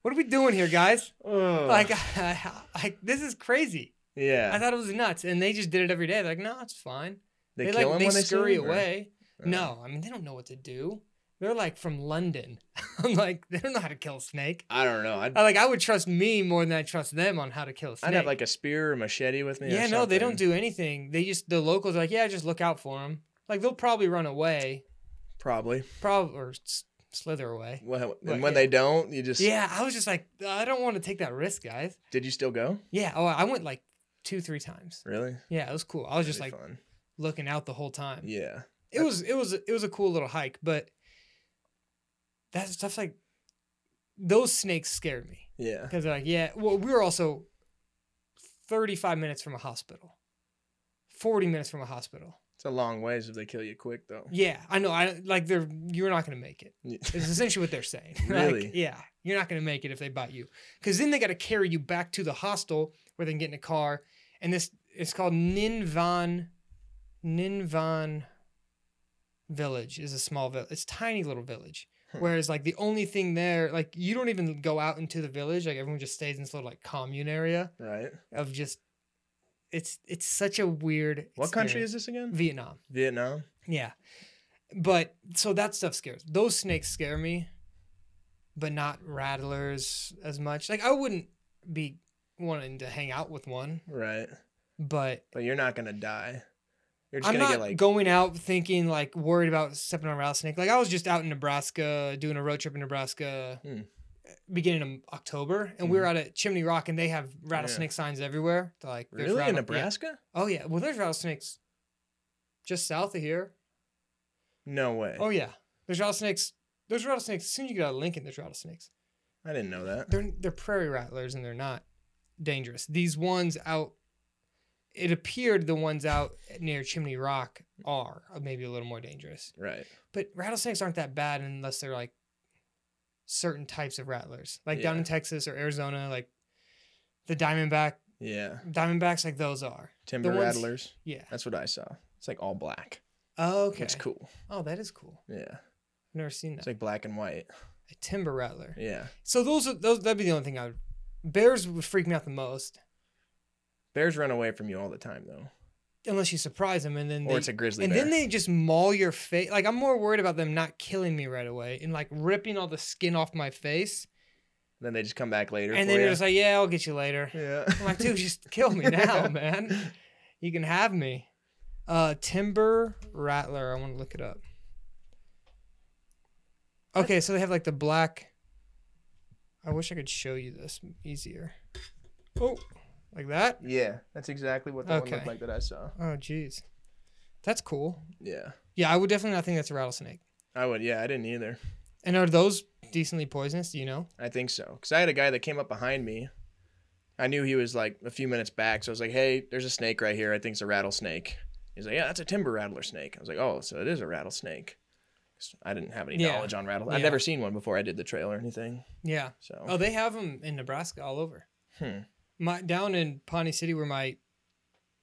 Speaker 1: "What are we doing here,
Speaker 2: <laughs>
Speaker 1: guys?"
Speaker 2: Oh.
Speaker 1: Like, <laughs> like this is crazy. I
Speaker 2: yeah.
Speaker 1: thought it was nuts, and they just did it every day. They're like, no, it's fine.
Speaker 2: They,
Speaker 1: like
Speaker 2: kill him
Speaker 1: they
Speaker 2: when they see
Speaker 1: scurry
Speaker 2: him, or-
Speaker 1: away.
Speaker 2: Oh.
Speaker 1: No, I mean they don't know what to do. They're like from London. <laughs> I'm like they don't know how to kill a snake.
Speaker 2: I don't know. I'd,
Speaker 1: I, like I would trust me more than I trust them on how to kill a snake.
Speaker 2: I'd have like a spear or machete with me. or
Speaker 1: yeah, no, they don't
Speaker 2: something.
Speaker 1: do anything. They just the locals are like yeah, just look out for them. Like they'll probably run away,
Speaker 2: Probably.
Speaker 1: probably or s- slither away.
Speaker 2: Well,
Speaker 1: But,
Speaker 2: and when
Speaker 1: yeah.
Speaker 2: they don't, you just.
Speaker 1: Yeah, I was just like I don't want to take that risk, guys.
Speaker 2: Did you still go?
Speaker 1: Yeah, oh, I went like two, three times.
Speaker 2: Really?
Speaker 1: Yeah, it was cool. I was just like
Speaker 2: That'd be fun.
Speaker 1: looking out the whole time.
Speaker 2: Yeah.
Speaker 1: it
Speaker 2: That-
Speaker 1: was it was it was a cool little hike, but that stuff like those snakes scared me
Speaker 2: Yeah.
Speaker 1: because they're like, yeah, well, we were also thirty five minutes from a hospital, forty minutes from a hospital.
Speaker 2: It's a long ways if they kill you quick, though.
Speaker 1: Yeah, I know. I like they're you're not gonna make it.
Speaker 2: Yeah.
Speaker 1: It's essentially what they're saying. <laughs>
Speaker 2: Really?
Speaker 1: Like, yeah, you're not gonna make it if they bite you, because then they got to carry you back to the hostel where they can get in a car, and this it's called Ninvan, Ninvan Village is a small village. It's a tiny little village.
Speaker 2: Huh.
Speaker 1: Whereas like the only thing there, like you don't even go out into the village. Like everyone just stays in this little like commune area
Speaker 2: Right.
Speaker 1: of just. It's it's such a weird.
Speaker 2: What country
Speaker 1: experience.
Speaker 2: is this again?
Speaker 1: Vietnam?
Speaker 2: Vietnam.
Speaker 1: Yeah. But so that stuff scares. Those snakes scare me, but not rattlers as much. Like I wouldn't be wanting to hang out with one,
Speaker 2: Right.
Speaker 1: but
Speaker 2: But you're not gonna die. You're just
Speaker 1: I'm
Speaker 2: gonna
Speaker 1: not
Speaker 2: get like.
Speaker 1: going out thinking like worried about stepping on a rattlesnake. Like I was just out in Nebraska doing a road trip in Nebraska
Speaker 2: Hmm. Mm-hmm.
Speaker 1: beginning of October and we were out at Chimney Rock and they have rattlesnake signs everywhere. They're like there's
Speaker 2: really in
Speaker 1: rattle- yeah.
Speaker 2: Nebraska?
Speaker 1: Oh yeah, well there's rattlesnakes just south of here.
Speaker 2: No way.
Speaker 1: Oh yeah, there's rattlesnakes. There's rattlesnakes. As soon as you get out of Lincoln, there's rattlesnakes.
Speaker 2: I didn't know that.
Speaker 1: They're they're prairie rattlers and they're not dangerous. These ones out, it appeared the ones out near Chimney Rock are maybe a little more dangerous.
Speaker 2: Right.
Speaker 1: But rattlesnakes aren't that bad unless they're like certain types of rattlers, like down
Speaker 2: Yeah.
Speaker 1: in Texas or Arizona, like the diamondback
Speaker 2: Yeah.
Speaker 1: diamondbacks, like those are.
Speaker 2: Timber
Speaker 1: ones-
Speaker 2: rattlers.
Speaker 1: Yeah.
Speaker 2: That's what I saw. It's like all black.
Speaker 1: Oh, okay.
Speaker 2: It's cool.
Speaker 1: Oh, that is cool.
Speaker 2: Yeah.
Speaker 1: I've never seen that.
Speaker 2: It's like black and white.
Speaker 1: a timber rattler.
Speaker 2: Yeah.
Speaker 1: So those are those. That'd be the only thing I would. Bears would freak me out the most,
Speaker 2: Bears run away from you all the time though.
Speaker 1: unless you surprise them, and then
Speaker 2: or
Speaker 1: they,
Speaker 2: it's a grizzly
Speaker 1: and
Speaker 2: bear.
Speaker 1: then they just maul your face. Like I'm more worried about them not killing me right away and like ripping all the skin off my face,
Speaker 2: Then they just come back later.
Speaker 1: and
Speaker 2: for
Speaker 1: then
Speaker 2: ya.
Speaker 1: you're just like, yeah, I'll get you later.
Speaker 2: Yeah. <laughs>
Speaker 1: I'm like, dude, just kill me now, man. You can have me. Uh, timber rattler. I want to look it up. Okay, so they have like the black. I wish I could show you this easier. Oh, like that.
Speaker 2: Yeah. That's exactly what the one
Speaker 1: Okay.
Speaker 2: looked like that I saw.
Speaker 1: Oh, jeez. That's cool.
Speaker 2: Yeah.
Speaker 1: Yeah, I would definitely not think that's a rattlesnake.
Speaker 2: I would. Yeah, I didn't either.
Speaker 1: And are those decently poisonous? Do you know?
Speaker 2: I think so. Because I had a guy that came up behind me. I knew he was like a few minutes back. So I was like, hey, there's a snake right here. I think it's a rattlesnake. He's like, yeah, that's a timber rattler snake. I was like, oh, so it is a rattlesnake. 'Cause I didn't have any
Speaker 1: Yeah.
Speaker 2: knowledge on rattlesnakes.
Speaker 1: Yeah.
Speaker 2: I'd never seen one before I did the trail or anything.
Speaker 1: Yeah.
Speaker 2: So
Speaker 1: Oh, they have them in Nebraska all over.
Speaker 2: Hmm.
Speaker 1: My down in Pawnee City, where my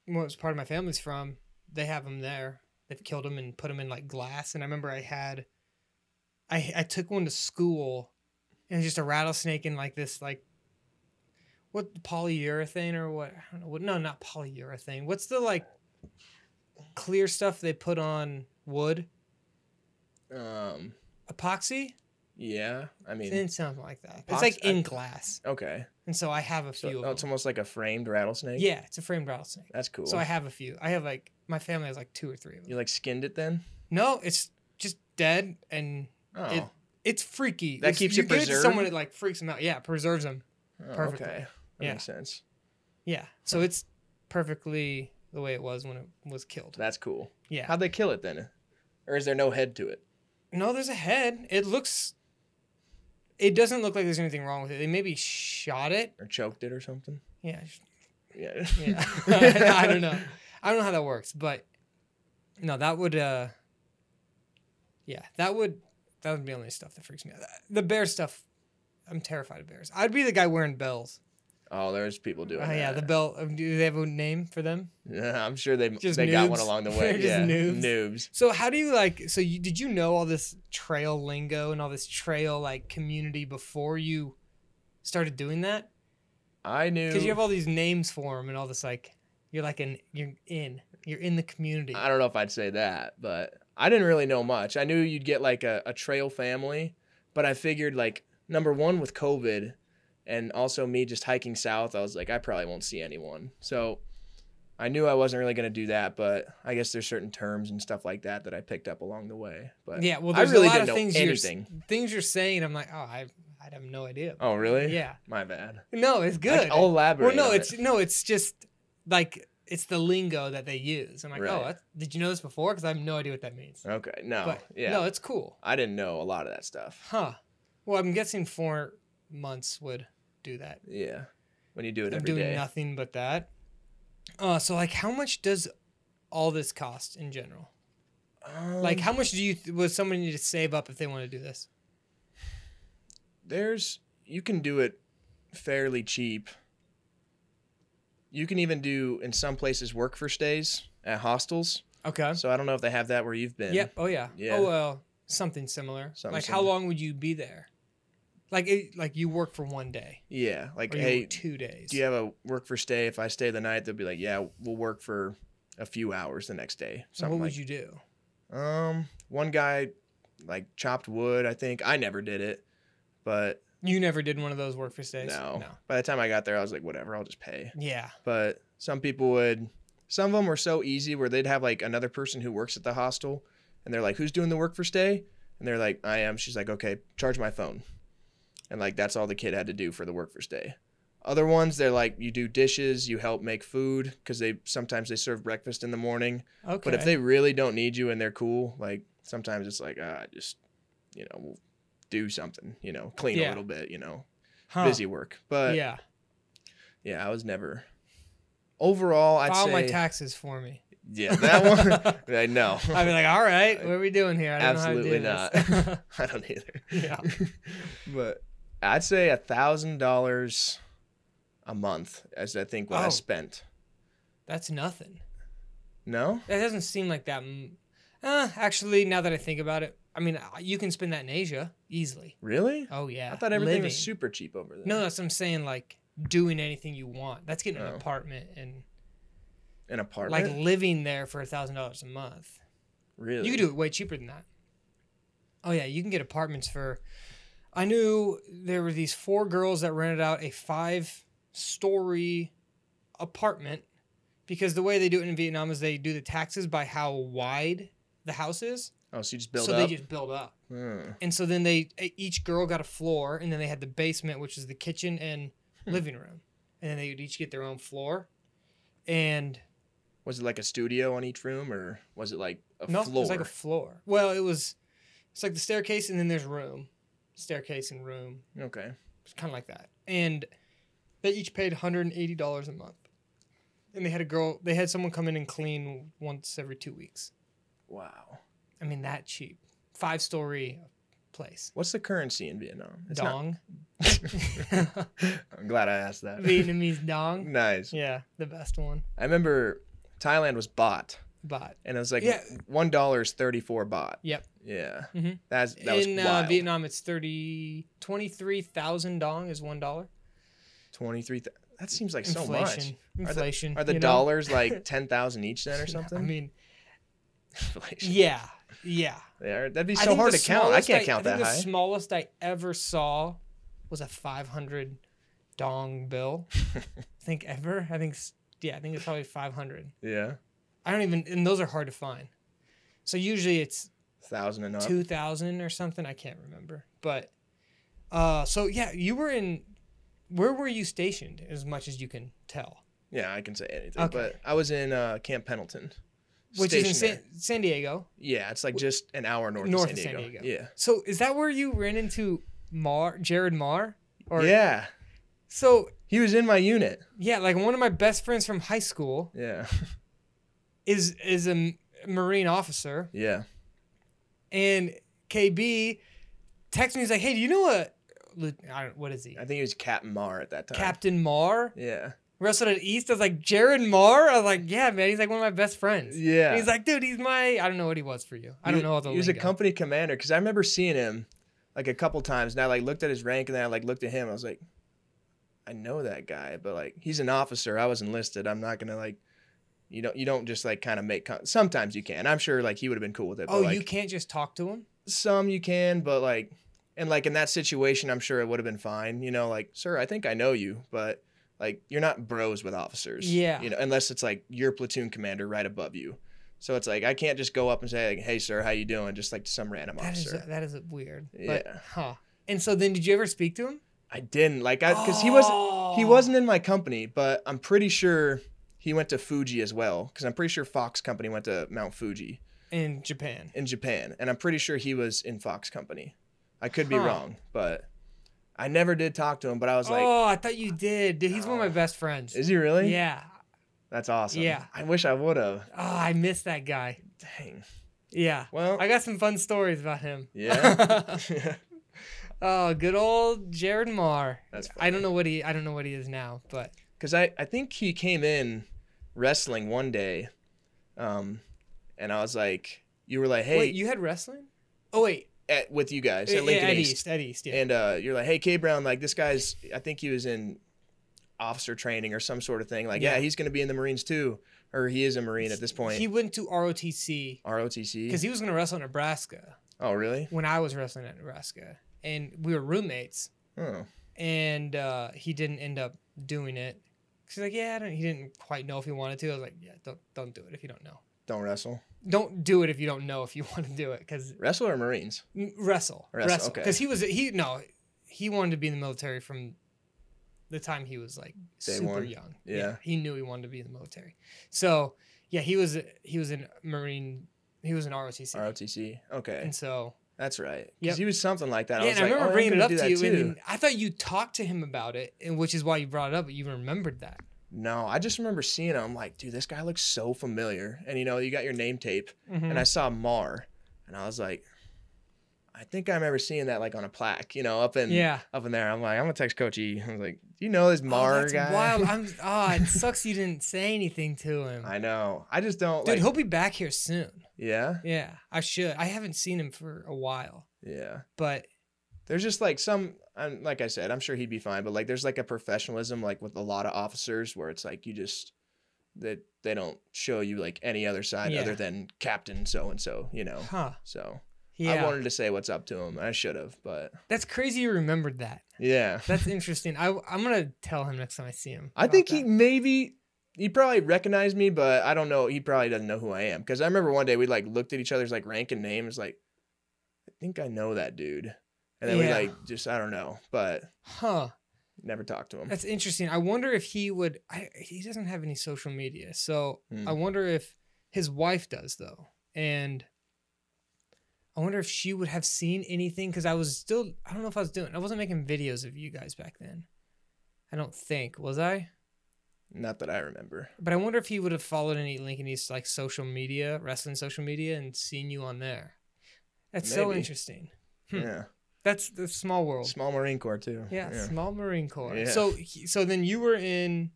Speaker 1: what was part of my family's from, they have them there. They've killed them and put them in like glass. And I remember I had, I I took one to school, and it was just a rattlesnake in like this like, what polyurethane or what I don't know what no not polyurethane. What's the like clear stuff they put on wood? Oh.
Speaker 2: um,
Speaker 1: Epoxy?
Speaker 2: yeah. I mean,
Speaker 1: Didn't sound like that.
Speaker 2: Epoxy-
Speaker 1: It's like in
Speaker 2: I-
Speaker 1: glass,
Speaker 2: okay.
Speaker 1: and so I have a
Speaker 2: So
Speaker 1: few
Speaker 2: oh,
Speaker 1: of
Speaker 2: it's
Speaker 1: them.
Speaker 2: almost like a framed rattlesnake.
Speaker 1: Yeah, it's a framed rattlesnake.
Speaker 2: That's cool.
Speaker 1: So I have a few. I have like my family has like two or three of them.
Speaker 2: you like skinned it then?
Speaker 1: No, it's just dead and
Speaker 2: Oh,
Speaker 1: It- it's freaky.
Speaker 2: That
Speaker 1: If
Speaker 2: keeps
Speaker 1: you
Speaker 2: it
Speaker 1: give to someone
Speaker 2: preserved?
Speaker 1: it like freaks them out. Yeah, preserves them.
Speaker 2: Oh,
Speaker 1: perfectly.
Speaker 2: okay. That
Speaker 1: Yeah.
Speaker 2: makes sense.
Speaker 1: Yeah. So it's perfectly the way it was when it was killed.
Speaker 2: That's cool.
Speaker 1: Yeah.
Speaker 2: How'd they kill it then? Or is there no head to it?
Speaker 1: No, there's a head. It looks it doesn't look like there's anything wrong with it. They maybe shot it.
Speaker 2: Or choked it or something?
Speaker 1: Yeah. sh-
Speaker 2: Yeah.
Speaker 1: Yeah. <laughs>
Speaker 2: <laughs>
Speaker 1: I don't know. I don't know how that works, but no, that would uh yeah, that would that would be the only stuff that freaks me out. The bear stuff, I'm terrified of bears. I'd be the guy wearing bells.
Speaker 2: Oh, there's people
Speaker 1: Oh
Speaker 2: doing that.
Speaker 1: yeah, the bell. um, Do they have a name for them?
Speaker 2: Yeah, <laughs> I'm sure they
Speaker 1: Just
Speaker 2: they got one
Speaker 1: noobs. <laughs>
Speaker 2: along the way.
Speaker 1: Just
Speaker 2: yeah,
Speaker 1: noobs.
Speaker 2: noobs.
Speaker 1: So how do you like? So you, did you know all this trail lingo and all this trail like community before you started doing that?
Speaker 2: I knew.
Speaker 1: Because you have all these names for them and all this like, you're like an you're in you're in the community.
Speaker 2: I don't know if I'd say that, but I didn't really know much. I knew you'd get like a, a trail family, but I figured like number one with COVID, and also me just hiking south, I was like I probably won't see anyone. So I knew I wasn't really gonna do that, but I guess there's certain terms and stuff like that that I picked up along the way. But
Speaker 1: yeah, well,
Speaker 2: I
Speaker 1: there's
Speaker 2: really
Speaker 1: a lot of
Speaker 2: didn't know
Speaker 1: things you're s-
Speaker 2: anything.
Speaker 1: things you're saying. I'm like, oh, I I have no idea.
Speaker 2: Oh really?
Speaker 1: Yeah,
Speaker 2: My bad.
Speaker 1: no, it's
Speaker 2: I,
Speaker 1: good.
Speaker 2: will elaborate.
Speaker 1: well, no,
Speaker 2: on it.
Speaker 1: it's no, it's just like it's the lingo that they use. I'm like,
Speaker 2: Right.
Speaker 1: oh, that's, did you know this before? Because I have no idea what that means.
Speaker 2: okay. No,
Speaker 1: but
Speaker 2: yeah,
Speaker 1: no, it's cool.
Speaker 2: I didn't know a lot of that stuff.
Speaker 1: Huh. Well, I'm guessing four months would do that.
Speaker 2: Yeah. When you do it
Speaker 1: I'm
Speaker 2: every
Speaker 1: doing
Speaker 2: day.
Speaker 1: nothing but that. Uh, so like, how much does all this cost in general? like,
Speaker 2: Um,
Speaker 1: how much do you th- would someone need to save up if they want to do this?
Speaker 2: there's you can do it fairly cheap. You can even do in some places work for stays at hostels.
Speaker 1: Okay.
Speaker 2: So I don't know if they have that where you've been.
Speaker 1: Yep. Oh yeah.
Speaker 2: Yeah.
Speaker 1: Oh well, something similar.
Speaker 2: Something
Speaker 1: like, how
Speaker 2: similar.
Speaker 1: long would you be there? Like, it, like you work for one day
Speaker 2: Yeah. Like
Speaker 1: or you
Speaker 2: hey,
Speaker 1: work two days.
Speaker 2: do you have a work for stay? If I stay the night, they'll be like, Yeah, we'll work for a few hours the next day.
Speaker 1: And what
Speaker 2: Something like
Speaker 1: would you do?
Speaker 2: Um one guy like chopped wood, I think. I never did it. But
Speaker 1: You never did one of those work for stays.
Speaker 2: no.
Speaker 1: No.
Speaker 2: By the time I got there, I was like, whatever, I'll just pay.
Speaker 1: Yeah.
Speaker 2: but some people would some of them were so easy where they'd have like another person who works at the hostel and they're like who's doing the work for stay and they're like i am she's like okay charge my phone and like that's all the kid had to do for the work for stay other ones they're like you do dishes you help make food because they sometimes they serve breakfast in the morning
Speaker 1: Okay.
Speaker 2: but if they really don't need you and they're cool like sometimes it's like ah, just you know we'll do something you know clean
Speaker 1: Yeah.
Speaker 2: a little bit you know
Speaker 1: Huh.
Speaker 2: busy work but yeah.
Speaker 1: yeah.
Speaker 2: i was never overall i'd
Speaker 1: File
Speaker 2: say
Speaker 1: my taxes for me. <laughs>
Speaker 2: Yeah, <laughs> that one. <laughs> I know.
Speaker 1: I'd be like, all right, what are we doing here? I don't
Speaker 2: Absolutely
Speaker 1: know how to do this.
Speaker 2: <laughs> I don't either.
Speaker 1: yeah.
Speaker 2: <laughs> But I'd say a thousand dollars a month as I think what
Speaker 1: Oh.
Speaker 2: I spent.
Speaker 1: <laughs> That's nothing.
Speaker 2: No,
Speaker 1: That doesn't seem like that. m- Uh, actually, now that I think about it, I mean, uh, you can spend that in Asia easily.
Speaker 2: really?
Speaker 1: Oh, yeah.
Speaker 2: I thought everything
Speaker 1: Living.
Speaker 2: was super cheap over there.
Speaker 1: No, that's what I'm saying. Like, doing anything you want. That's getting an
Speaker 2: Oh.
Speaker 1: apartment and
Speaker 2: an
Speaker 1: like
Speaker 2: apartment.
Speaker 1: living there for a $1,000 a month.
Speaker 2: really?
Speaker 1: You can do it way cheaper than that. Oh yeah, you can get apartments for. I knew there were these four girls that rented out a five-story apartment because the way they do it in Vietnam is they do the taxes by how wide the house is,
Speaker 2: Oh, so you just build
Speaker 1: so
Speaker 2: up.
Speaker 1: they just build up.
Speaker 2: Hmm.
Speaker 1: And so then they e, each girl got a floor, and then they had the basement, which is the kitchen and
Speaker 2: Hmm.
Speaker 1: living room, and then they would each get their own floor, and
Speaker 2: was it like a studio on each room or was it like a
Speaker 1: no,
Speaker 2: floor?
Speaker 1: it was like a floor. Well, it was. It's like the staircase, and then there's room, staircase and room.
Speaker 2: okay.
Speaker 1: It's kind of like that. And they each paid $180 a month. And they had a girl, they had someone come in and clean once every two weeks.
Speaker 2: Wow.
Speaker 1: I mean, that cheap. Five story place.
Speaker 2: What's the currency in Vietnam? It's not-
Speaker 1: dong.
Speaker 2: <laughs> I'm glad I asked
Speaker 1: <laughs>
Speaker 2: that.
Speaker 1: Vietnamese dong.
Speaker 2: <laughs> nice.
Speaker 1: Yeah, the best one.
Speaker 2: I remember Thailand was baht,
Speaker 1: But
Speaker 2: and it was like
Speaker 1: Yeah.
Speaker 2: one dollar is thirty four baht.
Speaker 1: Yep.
Speaker 2: Yeah.
Speaker 1: Mhm.
Speaker 2: That's that was
Speaker 1: in uh,
Speaker 2: wild.
Speaker 1: Vietnam, it's 30, 23,000 dong is $1.
Speaker 2: Twenty three. Th- that seems like so
Speaker 1: Inflation.
Speaker 2: much.
Speaker 1: Inflation.
Speaker 2: Are the
Speaker 1: you know?
Speaker 2: dollars
Speaker 1: <laughs>
Speaker 2: like ten thousand each then or
Speaker 1: I
Speaker 2: something?
Speaker 1: mean,
Speaker 2: <laughs> Inflation.
Speaker 1: yeah. Yeah.
Speaker 2: They are- That'd be
Speaker 1: I
Speaker 2: so
Speaker 1: think
Speaker 2: hard
Speaker 1: the
Speaker 2: to count. I
Speaker 1: smallest
Speaker 2: can't count
Speaker 1: I
Speaker 2: that
Speaker 1: think
Speaker 2: high.
Speaker 1: The smallest I ever saw was a 500 dong
Speaker 2: <laughs>
Speaker 1: bill. I think ever. I think s- yeah. I think it's probably 500.
Speaker 2: yeah.
Speaker 1: I don't even. And those are hard to find. So usually it's
Speaker 2: Thousand and up.
Speaker 1: 2,000 or something. I can't remember. But uh, so yeah, you were in. Where were you stationed? As much as you can tell,
Speaker 2: Yeah, I can say anything.
Speaker 1: Okay.
Speaker 2: But I was in uh, Camp Pendleton.
Speaker 1: which
Speaker 2: Stationed
Speaker 1: is in
Speaker 2: there.
Speaker 1: San, San Diego.
Speaker 2: Yeah, it's like just an hour north,
Speaker 1: North
Speaker 2: of, San Diego. Yeah.
Speaker 1: So is that where you ran into Mar Jared Marr? Or
Speaker 2: yeah.
Speaker 1: so
Speaker 2: He was in my unit.
Speaker 1: Yeah, like one of my best friends from high school
Speaker 2: Yeah.
Speaker 1: is is a m- Marine officer,
Speaker 2: Yeah.
Speaker 1: and KB texts me. He's like, "Hey, do you know what? lieu- I don't, what is he?
Speaker 2: I think he was Captain Mar at that time.
Speaker 1: Captain Marr
Speaker 2: Yeah.
Speaker 1: wrestled at East." I was like, "Jared Marr." I was like, "Yeah, man, he's like one of my best friends."
Speaker 2: Yeah.
Speaker 1: And he's like, "Dude, he's my I don't know what he was for you. I don't
Speaker 2: He-
Speaker 1: know all the."
Speaker 2: He was a
Speaker 1: lingo.
Speaker 2: company commander because I remember seeing him like a couple times, and I like looked at his rank, and then I like looked at him. I was like, I know that guy, but like he's an officer. I was enlisted. I'm not gonna like. You don't. You don't just like kind of make. Con- Sometimes you can. I'm sure like he would have been cool with it.
Speaker 1: Oh,
Speaker 2: but, like,
Speaker 1: you can't just talk to him.
Speaker 2: some you can, but like, and like in that situation, I'm sure it would have been fine. You know, like, sir, I think I know you, but like, you're not bros with officers.
Speaker 1: Yeah.
Speaker 2: You know, unless it's like your platoon commander right above you. So it's like I can't just go up and say like, "Hey, sir, how you doing?" Just like to some random
Speaker 1: That is
Speaker 2: officer.
Speaker 1: that is weird. But,
Speaker 2: Yeah.
Speaker 1: huh. And so then, did you ever speak to him?
Speaker 2: I didn't like I because Uh, he wasn't he
Speaker 1: Oh.
Speaker 2: wasn't in my company, but I'm pretty sure he went to Fuji as well because I'm pretty sure Fox Company went to Mount Fuji
Speaker 1: in Japan.
Speaker 2: in Japan, and I'm pretty sure he was in Fox Company. I could be
Speaker 1: Huh.
Speaker 2: wrong, but I never did talk to him. But I was like,
Speaker 1: oh, I thought you did. Dude, he's one of my
Speaker 2: No.
Speaker 1: best friends.
Speaker 2: "Is he really?
Speaker 1: Yeah.
Speaker 2: that's awesome.
Speaker 1: Yeah.
Speaker 2: I wish I would have.
Speaker 1: Oh, I miss that guy.
Speaker 2: Dang.
Speaker 1: Yeah.
Speaker 2: Well,
Speaker 1: I got some fun stories about him.
Speaker 2: yeah,
Speaker 1: <laughs>
Speaker 2: <laughs>
Speaker 1: oh, good old Jared Marr.
Speaker 2: That's
Speaker 1: I don't know what he I don't know what he is now, but
Speaker 2: because I I think he came in wrestling one day, um, and I was like, you were like, hey,
Speaker 1: wait, you had wrestling? Oh wait,
Speaker 2: at, with you guys
Speaker 1: yeah,
Speaker 2: at Lincoln
Speaker 1: at
Speaker 2: East.
Speaker 1: East. at East, yeah.
Speaker 2: and uh, you're like, hey, K Brown, like this guy's, I think he was in officer training or some sort of thing. Like, yeah,
Speaker 1: Yeah.
Speaker 2: he's going to be in the Marines too, or he is a Marine at this point.
Speaker 1: he went to ROTC
Speaker 2: ROTC.
Speaker 1: because he was gonna wrestle in Nebraska
Speaker 2: oh, really?
Speaker 1: when I was wrestling at Nebraska, and we were roommates,
Speaker 2: Oh,
Speaker 1: and uh, he didn't end up doing it. 'Cause He's like, yeah, I don't, he didn't quite know if he wanted to. I was like, yeah, don't don't do it if you don't know.
Speaker 2: don't wrestle.
Speaker 1: Don't do it if you don't know if you <laughs> want to do it, because
Speaker 2: Wrestle or Marines?
Speaker 1: M- Wrestle.
Speaker 2: Wrestle,
Speaker 1: Wrestle.
Speaker 2: okay.
Speaker 1: Because he was he no, he wanted to be in the military from the time he was like
Speaker 2: Day
Speaker 1: super
Speaker 2: one.
Speaker 1: young.
Speaker 2: Yeah.
Speaker 1: He knew he wanted to be in the military. So yeah, he was he was in Marine he was in ROTC.
Speaker 2: ROTC. Okay,
Speaker 1: And so
Speaker 2: that's right.
Speaker 1: Yep.
Speaker 2: Because he was something like that.
Speaker 1: yeah,
Speaker 2: I
Speaker 1: and
Speaker 2: was
Speaker 1: I
Speaker 2: like,
Speaker 1: remember
Speaker 2: oh, I'm
Speaker 1: bringing it
Speaker 2: gonna
Speaker 1: up
Speaker 2: do
Speaker 1: to
Speaker 2: that
Speaker 1: you,
Speaker 2: too.
Speaker 1: and I thought you talked to him about it, and which is why you brought it up. But you remembered that.
Speaker 2: No, I just remember seeing him. I'm like, dude, this guy looks so familiar. And you know, you got your name tape, and
Speaker 1: Mm.
Speaker 2: I saw Mar, and I was like, I think I remember seeing that like on a plaque, you know, up in
Speaker 1: yeah,
Speaker 2: up in there. I'm like, I'm gonna text Coach E. I was like, Do you know this Mar
Speaker 1: oh, that's
Speaker 2: guy? <laughs>
Speaker 1: wild. I'm ah, it sucks you didn't say anything to him,
Speaker 2: I know. I just don't
Speaker 1: dude.
Speaker 2: like.
Speaker 1: he'll be back here soon.
Speaker 2: yeah,
Speaker 1: Yeah, I should. I haven't seen him for a while,
Speaker 2: yeah.
Speaker 1: but
Speaker 2: There's just like some. I'm like I said, I'm sure he'd be fine, but like there's like a professionalism like with a lot of officers where it's like you just that they don't show you like any other side
Speaker 1: Yeah.
Speaker 2: other than captain so and so, you know.
Speaker 1: huh?
Speaker 2: So
Speaker 1: Yeah,
Speaker 2: I wanted to say what's up to him. and I should have, but
Speaker 1: that's crazy. You remembered that.
Speaker 2: yeah.
Speaker 1: That's interesting. I I'm gonna tell him next time I see him.
Speaker 2: I
Speaker 1: about
Speaker 2: think he
Speaker 1: that.
Speaker 2: maybe he probably recognized me, but I don't know. He probably doesn't know who I am because I remember one day we like looked at each other's like rank and names, like I think I know that dude, and then we
Speaker 1: Yeah.
Speaker 2: like just I don't know, but
Speaker 1: Huh?
Speaker 2: Never talked to him.
Speaker 1: That's interesting. I wonder if he would. I, he doesn't have any social media, so
Speaker 2: Hmm.
Speaker 1: I wonder if his wife does though, and I wonder if she would have seen anything because I was still. I don't know if I was doing. I wasn't making videos of you guys back then. I don't think was I,
Speaker 2: Not that I remember.
Speaker 1: but I wonder if he would have followed any Lincolnese like social media, wrestling social media, and seen you on there. That's so
Speaker 2: Maybe.
Speaker 1: interesting. Hmm.
Speaker 2: Yeah.
Speaker 1: That's the small world.
Speaker 2: Small Marine Corps too.
Speaker 1: yeah, small Marine Corps.
Speaker 2: Yeah.
Speaker 1: So, he- so then you were in.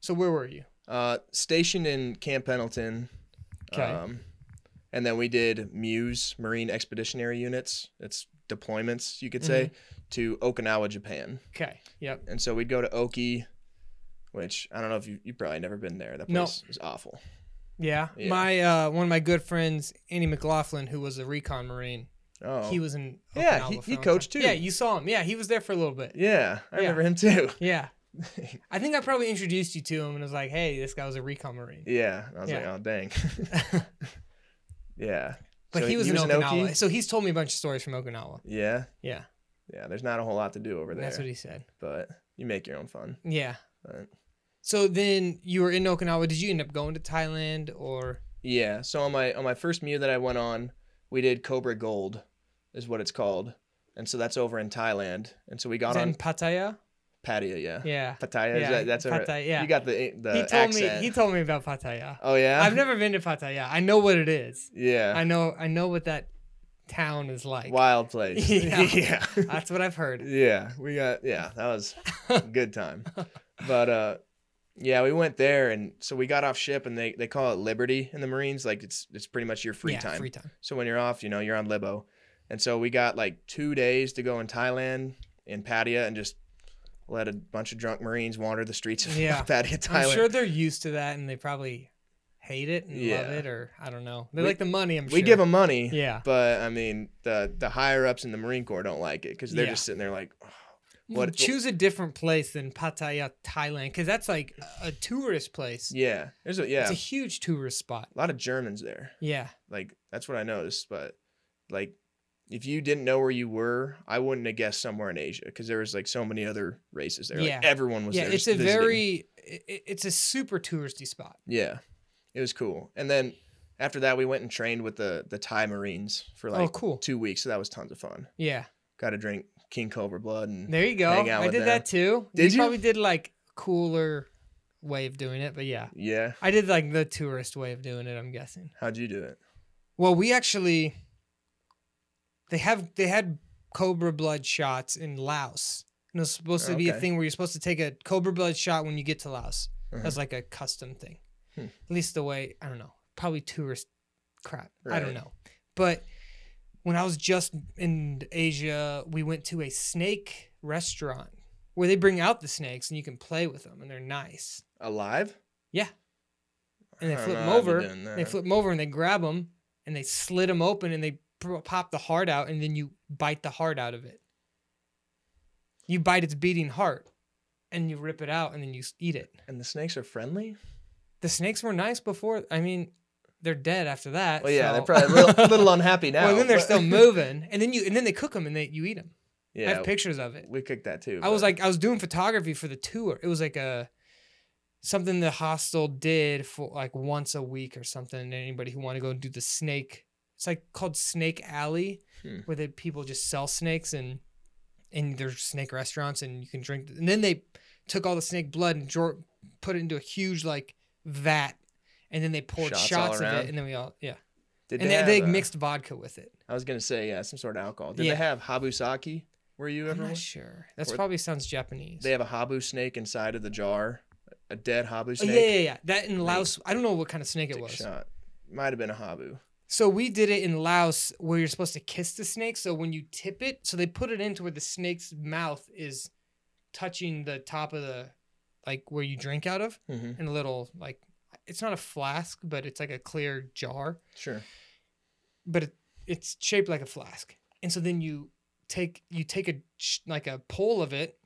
Speaker 1: So where were you?
Speaker 2: Uh, stationed in Camp Pendleton.
Speaker 1: 'Kay.
Speaker 2: Um, and then we did Muse Marine Expeditionary Units. It's deployments, you could say,
Speaker 1: Mm-hmm.
Speaker 2: to Okinawa, Japan.
Speaker 1: Okay. Yep.
Speaker 2: And so we'd go to Oki, which I don't know if you you probably never been there. That
Speaker 1: No.
Speaker 2: place is awful.
Speaker 1: Yeah.
Speaker 2: Yeah.
Speaker 1: My uh, one of my good friends, Andy McLaughlin, who was a recon marine,
Speaker 2: Oh.
Speaker 1: he was in.
Speaker 2: Yeah,
Speaker 1: Okinawa
Speaker 2: he-
Speaker 1: for
Speaker 2: he
Speaker 1: a long
Speaker 2: coached
Speaker 1: time.
Speaker 2: too.
Speaker 1: Yeah, you saw him. Yeah, he was there for a little bit.
Speaker 2: yeah, I
Speaker 1: Yeah.
Speaker 2: remember him too. <laughs>
Speaker 1: Yeah. I think I probably introduced you to him and was like, "Hey, this guy was a recon marine."
Speaker 2: Yeah. I was like,
Speaker 1: Yeah.
Speaker 2: oh dang.
Speaker 1: <laughs>
Speaker 2: yeah.
Speaker 1: But
Speaker 2: So
Speaker 1: he was in
Speaker 2: Oki?
Speaker 1: Okinawa, so he's told me a bunch of stories from Okinawa.
Speaker 2: Yeah.
Speaker 1: Yeah,
Speaker 2: Yeah. There's not a whole lot to do over there.
Speaker 1: that's what he said.
Speaker 2: but you make your own fun.
Speaker 1: Yeah.
Speaker 2: But-
Speaker 1: So then you were in Okinawa. Did you end up going to Thailand or?
Speaker 2: Yeah. So on my on my first Mew that I went on, we did Cobra Gold, is what it's called, and so that's over in Thailand. And so we
Speaker 1: Is
Speaker 2: got
Speaker 1: that
Speaker 2: on
Speaker 1: in
Speaker 2: <laughs>
Speaker 1: Pattaya?
Speaker 2: Pattaya, yeah.
Speaker 1: Yeah.
Speaker 2: Pattaya,
Speaker 1: Yeah,
Speaker 2: is that, that's over.
Speaker 1: Pattaya, yeah.
Speaker 2: You got the eh, the
Speaker 1: he told
Speaker 2: accent.
Speaker 1: me. He told me about Pattaya.
Speaker 2: oh yeah.
Speaker 1: I've never been to Pattaya. I know what it is.
Speaker 2: Yeah.
Speaker 1: I know I know what that town is like.
Speaker 2: Wild
Speaker 1: <laughs>
Speaker 2: place.
Speaker 1: Yeah.
Speaker 2: <laughs> yeah.
Speaker 1: That's what I've heard.
Speaker 2: Yeah, we got yeah, that was a good time. But uh yeah, we went there and so we got off ship and they they call it liberty in the Marines, like it's it's pretty much your <laughs> free
Speaker 1: yeah,
Speaker 2: time.
Speaker 1: Free time.
Speaker 2: So when you're off, you know, you're on libo. And so we got like 2 days to go in Thailand in Pattaya and just let a bunch of drunk Marines wander the streets of
Speaker 1: Yeah.
Speaker 2: <laughs> Pattaya, Thailand.
Speaker 1: I'm sure they're used to that and they probably hate it and love
Speaker 2: Yeah.
Speaker 1: it or I don't know. They
Speaker 2: We-
Speaker 1: like the money, I'm sure.
Speaker 2: we give 'em give them money,
Speaker 1: Yeah.
Speaker 2: but I mean, the the higher ups in the Marine Corps don't like it cuz they're
Speaker 1: Yeah.
Speaker 2: just sitting there like
Speaker 1: What,
Speaker 2: What-
Speaker 1: Choose a different place than Pattaya, Thailand cuz that's like a tourist place.
Speaker 2: yeah. There's a yeah,
Speaker 1: It's a huge tourist spot.
Speaker 2: a lot of Germans there.
Speaker 1: Yeah.
Speaker 2: Like that's what I noticed. But like, if you didn't know where you were, I wouldn't have guessed somewhere in Asia because there was like so many other races there.
Speaker 1: Yeah.
Speaker 2: Like, everyone was
Speaker 1: Yeah,
Speaker 2: there.
Speaker 1: it's a
Speaker 2: just visiting.
Speaker 1: very i- i- it's a super touristy spot.
Speaker 2: yeah. It was cool. And then after that, we went and trained with the the Thai Marines for
Speaker 1: oh,
Speaker 2: like
Speaker 1: cool.
Speaker 2: two weeks. So that was tons of fun.
Speaker 1: Yeah.
Speaker 2: Got to drink King Cobra blood and
Speaker 1: There you go.
Speaker 2: hang out
Speaker 1: I
Speaker 2: with
Speaker 1: did
Speaker 2: them.
Speaker 1: that too.
Speaker 2: Did you?
Speaker 1: probably did like cooler way of doing it, but yeah.
Speaker 2: yeah.
Speaker 1: I did like the tourist way of doing it, I'm guessing.
Speaker 2: How'd you do it?
Speaker 1: Well, we actually they have they had cobra blood shots in Laos. And it was supposed to be a
Speaker 2: Okay.
Speaker 1: thing where you're supposed to take a cobra blood shot when you get to Laos.
Speaker 2: Uh-huh.
Speaker 1: That's like a custom thing.
Speaker 2: Hmm.
Speaker 1: At least the way I don't know, probably tourist crap. I don't
Speaker 2: Right.
Speaker 1: know. But when I was just in Asia, we went to a snake restaurant where they bring out the snakes and you can play with them and they're nice.
Speaker 2: Alive?
Speaker 1: Yeah. And they
Speaker 2: I don't
Speaker 1: flip
Speaker 2: know
Speaker 1: 'em
Speaker 2: how I'd be
Speaker 1: over.
Speaker 2: doing
Speaker 1: They
Speaker 2: that.
Speaker 1: flip them over and they grab them and they slit them open and they pr- pop the heart out and then you bite the heart out of it. You bite its beating heart and you rip it out and then you s- eat it.
Speaker 2: And the snakes are friendly.
Speaker 1: The snakes were nice before. I mean, they're dead after that.
Speaker 2: Well, yeah,
Speaker 1: so-
Speaker 2: they're probably
Speaker 1: <laughs>
Speaker 2: a little, little unhappy now.
Speaker 1: well, then they're
Speaker 2: but- <laughs>
Speaker 1: still moving, and then you and then they cook them and they you eat them. I
Speaker 2: yeah,
Speaker 1: have pictures of it.
Speaker 2: we cooked that too.
Speaker 1: I was
Speaker 2: but-
Speaker 1: like, I was doing photography for the tour. It was like a something the hostel did for like once a week or something. and Anybody who want to go do the snake, it's like called Snake Alley,
Speaker 2: Hmm.
Speaker 1: where the people just sell snakes and and there's snake restaurants and you can drink. And then they took all the snake blood and draw, put it into a huge like vat, and then they poured shots,
Speaker 2: Shots all
Speaker 1: of it.
Speaker 2: around?
Speaker 1: And then we all yeah,
Speaker 2: Did
Speaker 1: and they, they
Speaker 2: have, uh,
Speaker 1: mixed vodka with it.
Speaker 2: I was gonna say yeah, some sort of alcohol. Did
Speaker 1: Yeah.
Speaker 2: they have habusaki? Were you
Speaker 1: I'm
Speaker 2: ever?
Speaker 1: not
Speaker 2: one?
Speaker 1: sure. That's
Speaker 2: Or-
Speaker 1: probably sounds Japanese.
Speaker 2: They have a habu snake inside of the jar, a dead habu snake.
Speaker 1: Oh, yeah, yeah, yeah. That in Laos, I don't know what kind of snake it
Speaker 2: Take a
Speaker 1: was.
Speaker 2: Shot. Might have been a habu.
Speaker 1: So we did it in Laos where you're supposed to kiss the snake. So when you tip it, so they put it into where the snake's mouth is touching the top of the, like where you drink out of,
Speaker 2: hmm
Speaker 1: in a little like, it's not a flask, but it's like a clear jar,
Speaker 2: Sure.
Speaker 1: but it, it's shaped like a flask. And so then you take you take a sh- like a pole of it,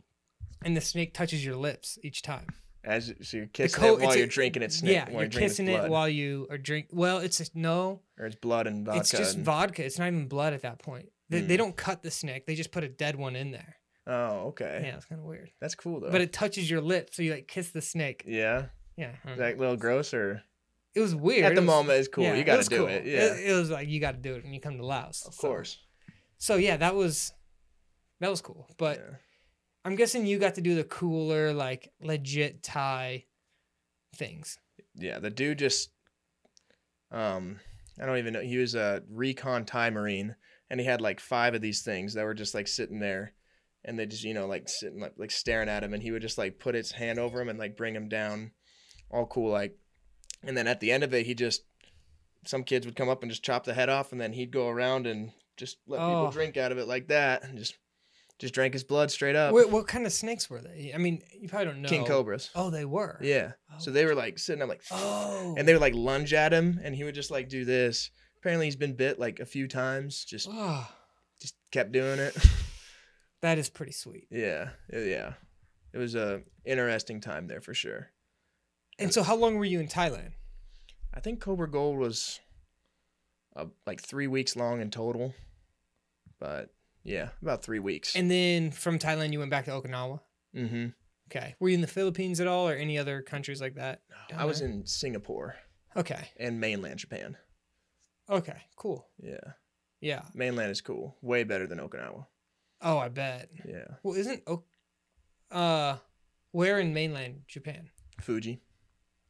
Speaker 1: and the snake touches your lips each time.
Speaker 2: As so you're kissing
Speaker 1: co-
Speaker 2: it while
Speaker 1: it's a-
Speaker 2: you're drinking its snake.
Speaker 1: yeah,
Speaker 2: while
Speaker 1: you're
Speaker 2: drinking its
Speaker 1: kissing it
Speaker 2: blood.
Speaker 1: while you are drink. Well, it's a, no.
Speaker 2: or it's blood and vodka.
Speaker 1: It's just
Speaker 2: and-
Speaker 1: vodka. It's not even blood at that point. They, they
Speaker 2: Mm.
Speaker 1: don't cut the snake. They just put a dead one in there,
Speaker 2: Oh, okay.
Speaker 1: Yeah, it's kind of weird.
Speaker 2: That's cool though.
Speaker 1: But it touches your lip, so you like kiss the snake.
Speaker 2: yeah,
Speaker 1: Yeah, I don't
Speaker 2: is
Speaker 1: know.
Speaker 2: that a little gross or
Speaker 1: it was weird.
Speaker 2: at
Speaker 1: It
Speaker 2: the
Speaker 1: was-
Speaker 2: moment it's cool.
Speaker 1: yeah,
Speaker 2: you got
Speaker 1: was
Speaker 2: to do
Speaker 1: cool.
Speaker 2: it. Yeah,
Speaker 1: it was like you got to do it when you come to Laos.
Speaker 2: of
Speaker 1: so-
Speaker 2: course.
Speaker 1: So yeah, that was that was cool. But
Speaker 2: Yeah.
Speaker 1: I'm guessing you got to do the cooler, like legit Thai things.
Speaker 2: yeah, the dude just um I don't even know he was a recon Thai Marine and he had like five of these things that were just like sitting there and they just, you know, like sitting like, like staring at him and he would just like put his hand over him and like bring him down all cool like and then at the end of it he just some kids would come up and just chop the head off and then he'd go around and just let
Speaker 1: Oh.
Speaker 2: people drink out of it like that and just just drank his blood straight up.
Speaker 1: Wait, what kind of snakes were they? I mean, you probably don't know.
Speaker 2: Uh, King cobras.
Speaker 1: Oh, they were.
Speaker 2: Yeah. So they were like sitting up like
Speaker 1: Oh.
Speaker 2: and they would like lunge at him and he would just like do this apparently he's been bit like a few times just
Speaker 1: Oh,
Speaker 2: just kept doing it <laughs>
Speaker 1: that is pretty sweet.
Speaker 2: yeah yeah it was a interesting time there for sure
Speaker 1: And so, how long were you in Thailand?
Speaker 2: i think cobra gold was uh, like three weeks long in total but yeah about three weeks
Speaker 1: And then from Thailand, you went back to Okinawa.
Speaker 2: mm-hmm.
Speaker 1: Okay. Were you in the Philippines at all, or any other countries like that? down
Speaker 2: i was
Speaker 1: there?
Speaker 2: in singapore
Speaker 1: Okay.
Speaker 2: and mainland japan
Speaker 1: Okay. Cool.
Speaker 2: yeah
Speaker 1: Yeah.
Speaker 2: mainland is cool way better than okinawa
Speaker 1: Oh, I bet.
Speaker 2: yeah
Speaker 1: Well, isn't ok uh, where in mainland Japan?
Speaker 2: fuji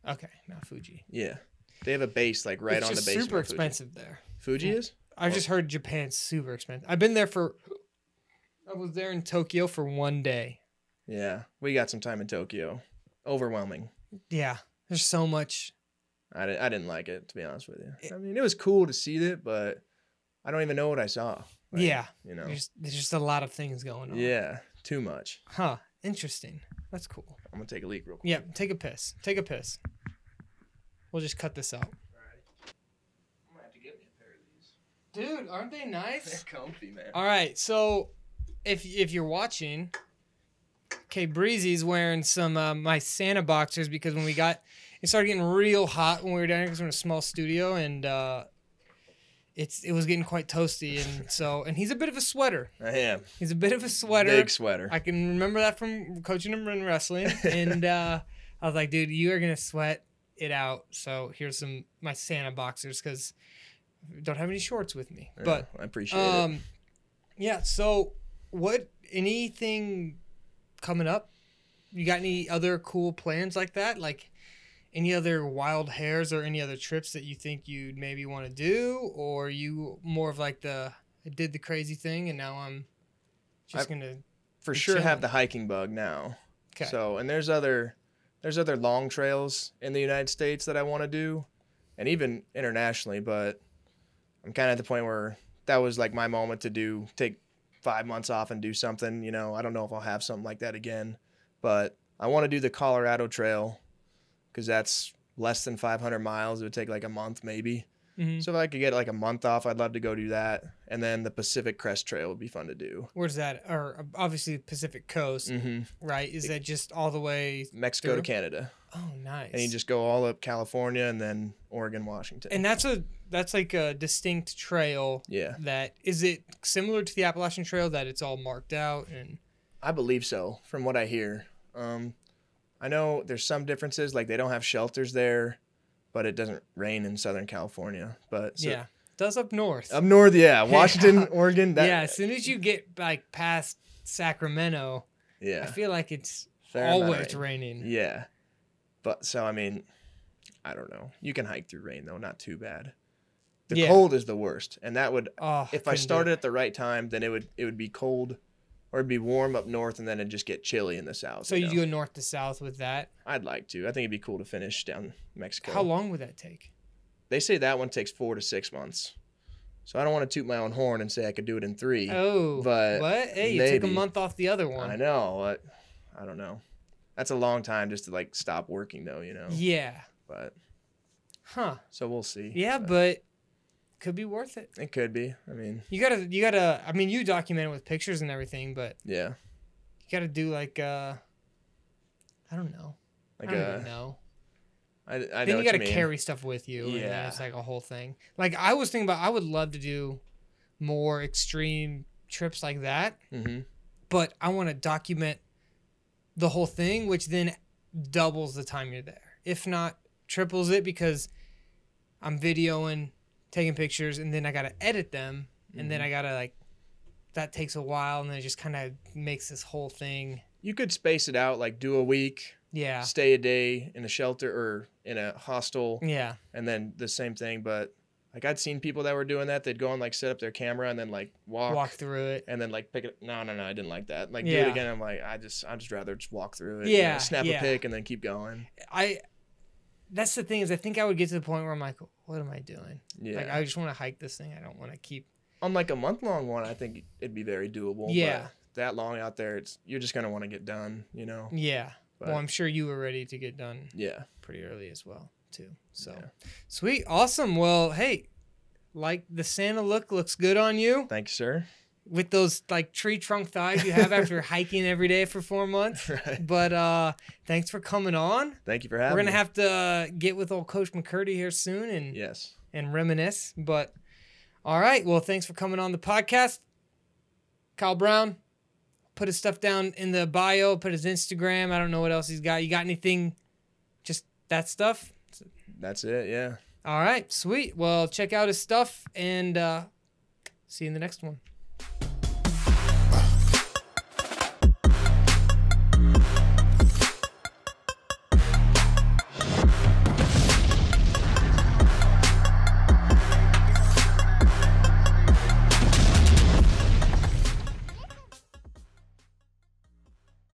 Speaker 1: Okay, not Fuji.
Speaker 2: yeah they have a base like right
Speaker 1: it's
Speaker 2: on
Speaker 1: just
Speaker 2: the base
Speaker 1: super expensive there.
Speaker 2: fuji is
Speaker 1: I've
Speaker 2: Well-
Speaker 1: just heard Japan's super expensive. I've been there for. I was there in Tokyo for one day.
Speaker 2: Yeah, we got some time in Tokyo. Overwhelming.
Speaker 1: Yeah, there's so much.
Speaker 2: I, di- I didn't like it, to be honest with you. I mean, it was cool to see it, but I don't even know what I saw. Like,
Speaker 1: yeah,
Speaker 2: You know?
Speaker 1: there's there's just a lot of things going on.
Speaker 2: Yeah, too much.
Speaker 1: Huh. Interesting. That's cool.
Speaker 2: I'm going to take a leak real quick.
Speaker 1: Yeah. Take a piss. Take a piss. We'll just cut this out.
Speaker 2: I'm going to have to get me a pair of these. <laughs>
Speaker 1: Dude, aren't they nice?
Speaker 2: comfy, man.
Speaker 1: All right, so if if you're watching, okay, Breezy's wearing some uh, my Santa boxers because when we got it started getting real hot when we were down here because we're in a small studio and uh, it's it was getting quite toasty and so and he's a bit of a sweater.
Speaker 2: I am.
Speaker 1: He's a bit of a sweater.
Speaker 2: Big sweater.
Speaker 1: I can remember that from coaching him in
Speaker 2: <laughs>
Speaker 1: wrestling and uh, I was like, dude, you are gonna sweat it out. So here's some my Santa boxers because don't have any shorts with me,
Speaker 2: Yeah,
Speaker 1: but.
Speaker 2: I appreciate it.
Speaker 1: Um, yeah. So, what? Anything coming up? You got any other cool plans like that? Like any other wild hairs or any other trips that you think you'd maybe want to do, or you more of like the I did the crazy thing and now I'm just gonna
Speaker 2: For
Speaker 1: it's
Speaker 2: sure, have
Speaker 1: chilling.
Speaker 2: the hiking bug now.
Speaker 1: okay.
Speaker 2: So, and there's other there's other long trails in the United States that I want to do, and even internationally. But I'm kind of at the point where that was like my moment to do take five months off and do something. You know, I don't know if I'll have something like that again, but I want to do the Colorado Trail because that's less than 500 miles. It would take like a month maybe.
Speaker 1: Mhm.
Speaker 2: So if I could get like a month off, I'd love to go do that. And then the Pacific Crest Trail would be fun to do.
Speaker 1: Where's that? Or uh, obviously the Pacific Coast,
Speaker 2: hmm
Speaker 1: right? Is that just all the way?
Speaker 2: Mexico
Speaker 1: Through?
Speaker 2: to Canada.
Speaker 1: Oh, nice.
Speaker 2: and you just go all up California and then Oregon, Washington.
Speaker 1: and that's a that's like a distinct trail
Speaker 2: yeah,
Speaker 1: that is it similar to the Appalachian Trail that it's all marked out and
Speaker 2: I believe so from what I hear. Um, I know there's some differences, like they don't have shelters there, but it doesn't rain in Southern California. But so,
Speaker 1: yeah, does up north.
Speaker 2: up
Speaker 1: <laughs>
Speaker 2: north, yeah, Washington, Oregon. That,
Speaker 1: yeah, as soon as you get like past Sacramento, I
Speaker 2: yeah,
Speaker 1: feel like it's
Speaker 2: fair Mm. amount of
Speaker 1: always
Speaker 2: rain.
Speaker 1: raining.
Speaker 2: Yeah, but so I mean, I don't know. You can hike through rain though, not too bad. The
Speaker 1: Yeah.
Speaker 2: cold is the worst, and that would
Speaker 1: Oh,
Speaker 2: if I
Speaker 1: couldn't do
Speaker 2: started
Speaker 1: it.
Speaker 2: at the right time, then it would it would be cold, or it'd be warm up north, and then it'd just get chilly in the south.
Speaker 1: so
Speaker 2: you
Speaker 1: you
Speaker 2: know?
Speaker 1: go north to south with that.
Speaker 2: I'd like to. I think it'd be cool to finish down Mexico.
Speaker 1: How long would that take?
Speaker 2: They say that one takes four to six months, so I don't want to toot my own horn and say I could do it in three.
Speaker 1: Oh,
Speaker 2: but
Speaker 1: what? Hey, you took a
Speaker 2: maybe.
Speaker 1: month off the other
Speaker 2: I
Speaker 1: one.
Speaker 2: know. I, I don't know. That's a long time just to like stop working though, you know.
Speaker 1: Yeah,
Speaker 2: But
Speaker 1: huh?
Speaker 2: so we'll see.
Speaker 1: Yeah, but could be worth it.
Speaker 2: It could be. I mean,
Speaker 1: You gotta, you gotta. I mean, you document it with pictures and everything, but
Speaker 2: yeah,
Speaker 1: you gotta do like uh, I don't know.
Speaker 2: like
Speaker 1: I don't even
Speaker 2: uh,
Speaker 1: know.
Speaker 2: I, I know.
Speaker 1: then
Speaker 2: what
Speaker 1: you got to
Speaker 2: mean.
Speaker 1: carry stuff with you. And then
Speaker 2: Yeah.
Speaker 1: it's like a whole thing. Like I was thinking about, I would love to do more extreme trips like that,
Speaker 2: Mhm.
Speaker 1: but I want to document the whole thing, which then doubles the time you're there, if not triples it, because I'm videoing, taking pictures, and then I got to edit them, and then
Speaker 2: Mm-hmm.
Speaker 1: I got to like, that takes a while, and then it just kind of makes this whole thing.
Speaker 2: You could space it out, like do a week,
Speaker 1: Yeah.
Speaker 2: stay a day in a shelter or in a hostel,
Speaker 1: Yeah.
Speaker 2: and then the same thing. But like I'd seen people that were doing that, they'd go and like set up their camera and then like walk,
Speaker 1: Walk through it.
Speaker 2: and then like pick it. No, no, no, I didn't like that. Like do
Speaker 1: Yeah.
Speaker 2: it again. I'm like, I just, I just rather just walk through it. you know,
Speaker 1: Yeah,
Speaker 2: snap
Speaker 1: yeah.
Speaker 2: a pic and then keep going.
Speaker 1: I, that's the thing is, I think I would get to the point where I'm like, what am I doing?
Speaker 2: Yeah,
Speaker 1: Like, I just want to hike this thing. I don't want to keep.
Speaker 2: on like a month long one, I think it'd be very doable. but
Speaker 1: Yeah.
Speaker 2: that long out there, it's you're just gonna want to get done. You know.
Speaker 1: Yeah.
Speaker 2: But,
Speaker 1: well, I'm sure you were ready to get done
Speaker 2: yeah.
Speaker 1: pretty early as well, too. So
Speaker 2: Yeah.
Speaker 1: sweet. Awesome. Well, hey, like the Santa look looks good on you
Speaker 2: Thanks, sir. <laughs>
Speaker 1: with those like tree trunk thighs you have after hiking every day for four months.
Speaker 2: right.
Speaker 1: But uh thanks for coming on.
Speaker 2: Thank you for having.
Speaker 1: We're gonna
Speaker 2: me.
Speaker 1: have to uh, get with old Coach McCurdy here soon and
Speaker 2: Yes.
Speaker 1: and reminisce. But all right, well, thanks for coming on the podcast. Kyle Brown, put his stuff down in the bio, put his Instagram. I don't know what else he's got. You got anything? Just that stuff?
Speaker 2: That's it. Yeah.
Speaker 1: All right, sweet. Well, check out his stuff and uh, see you in the next one.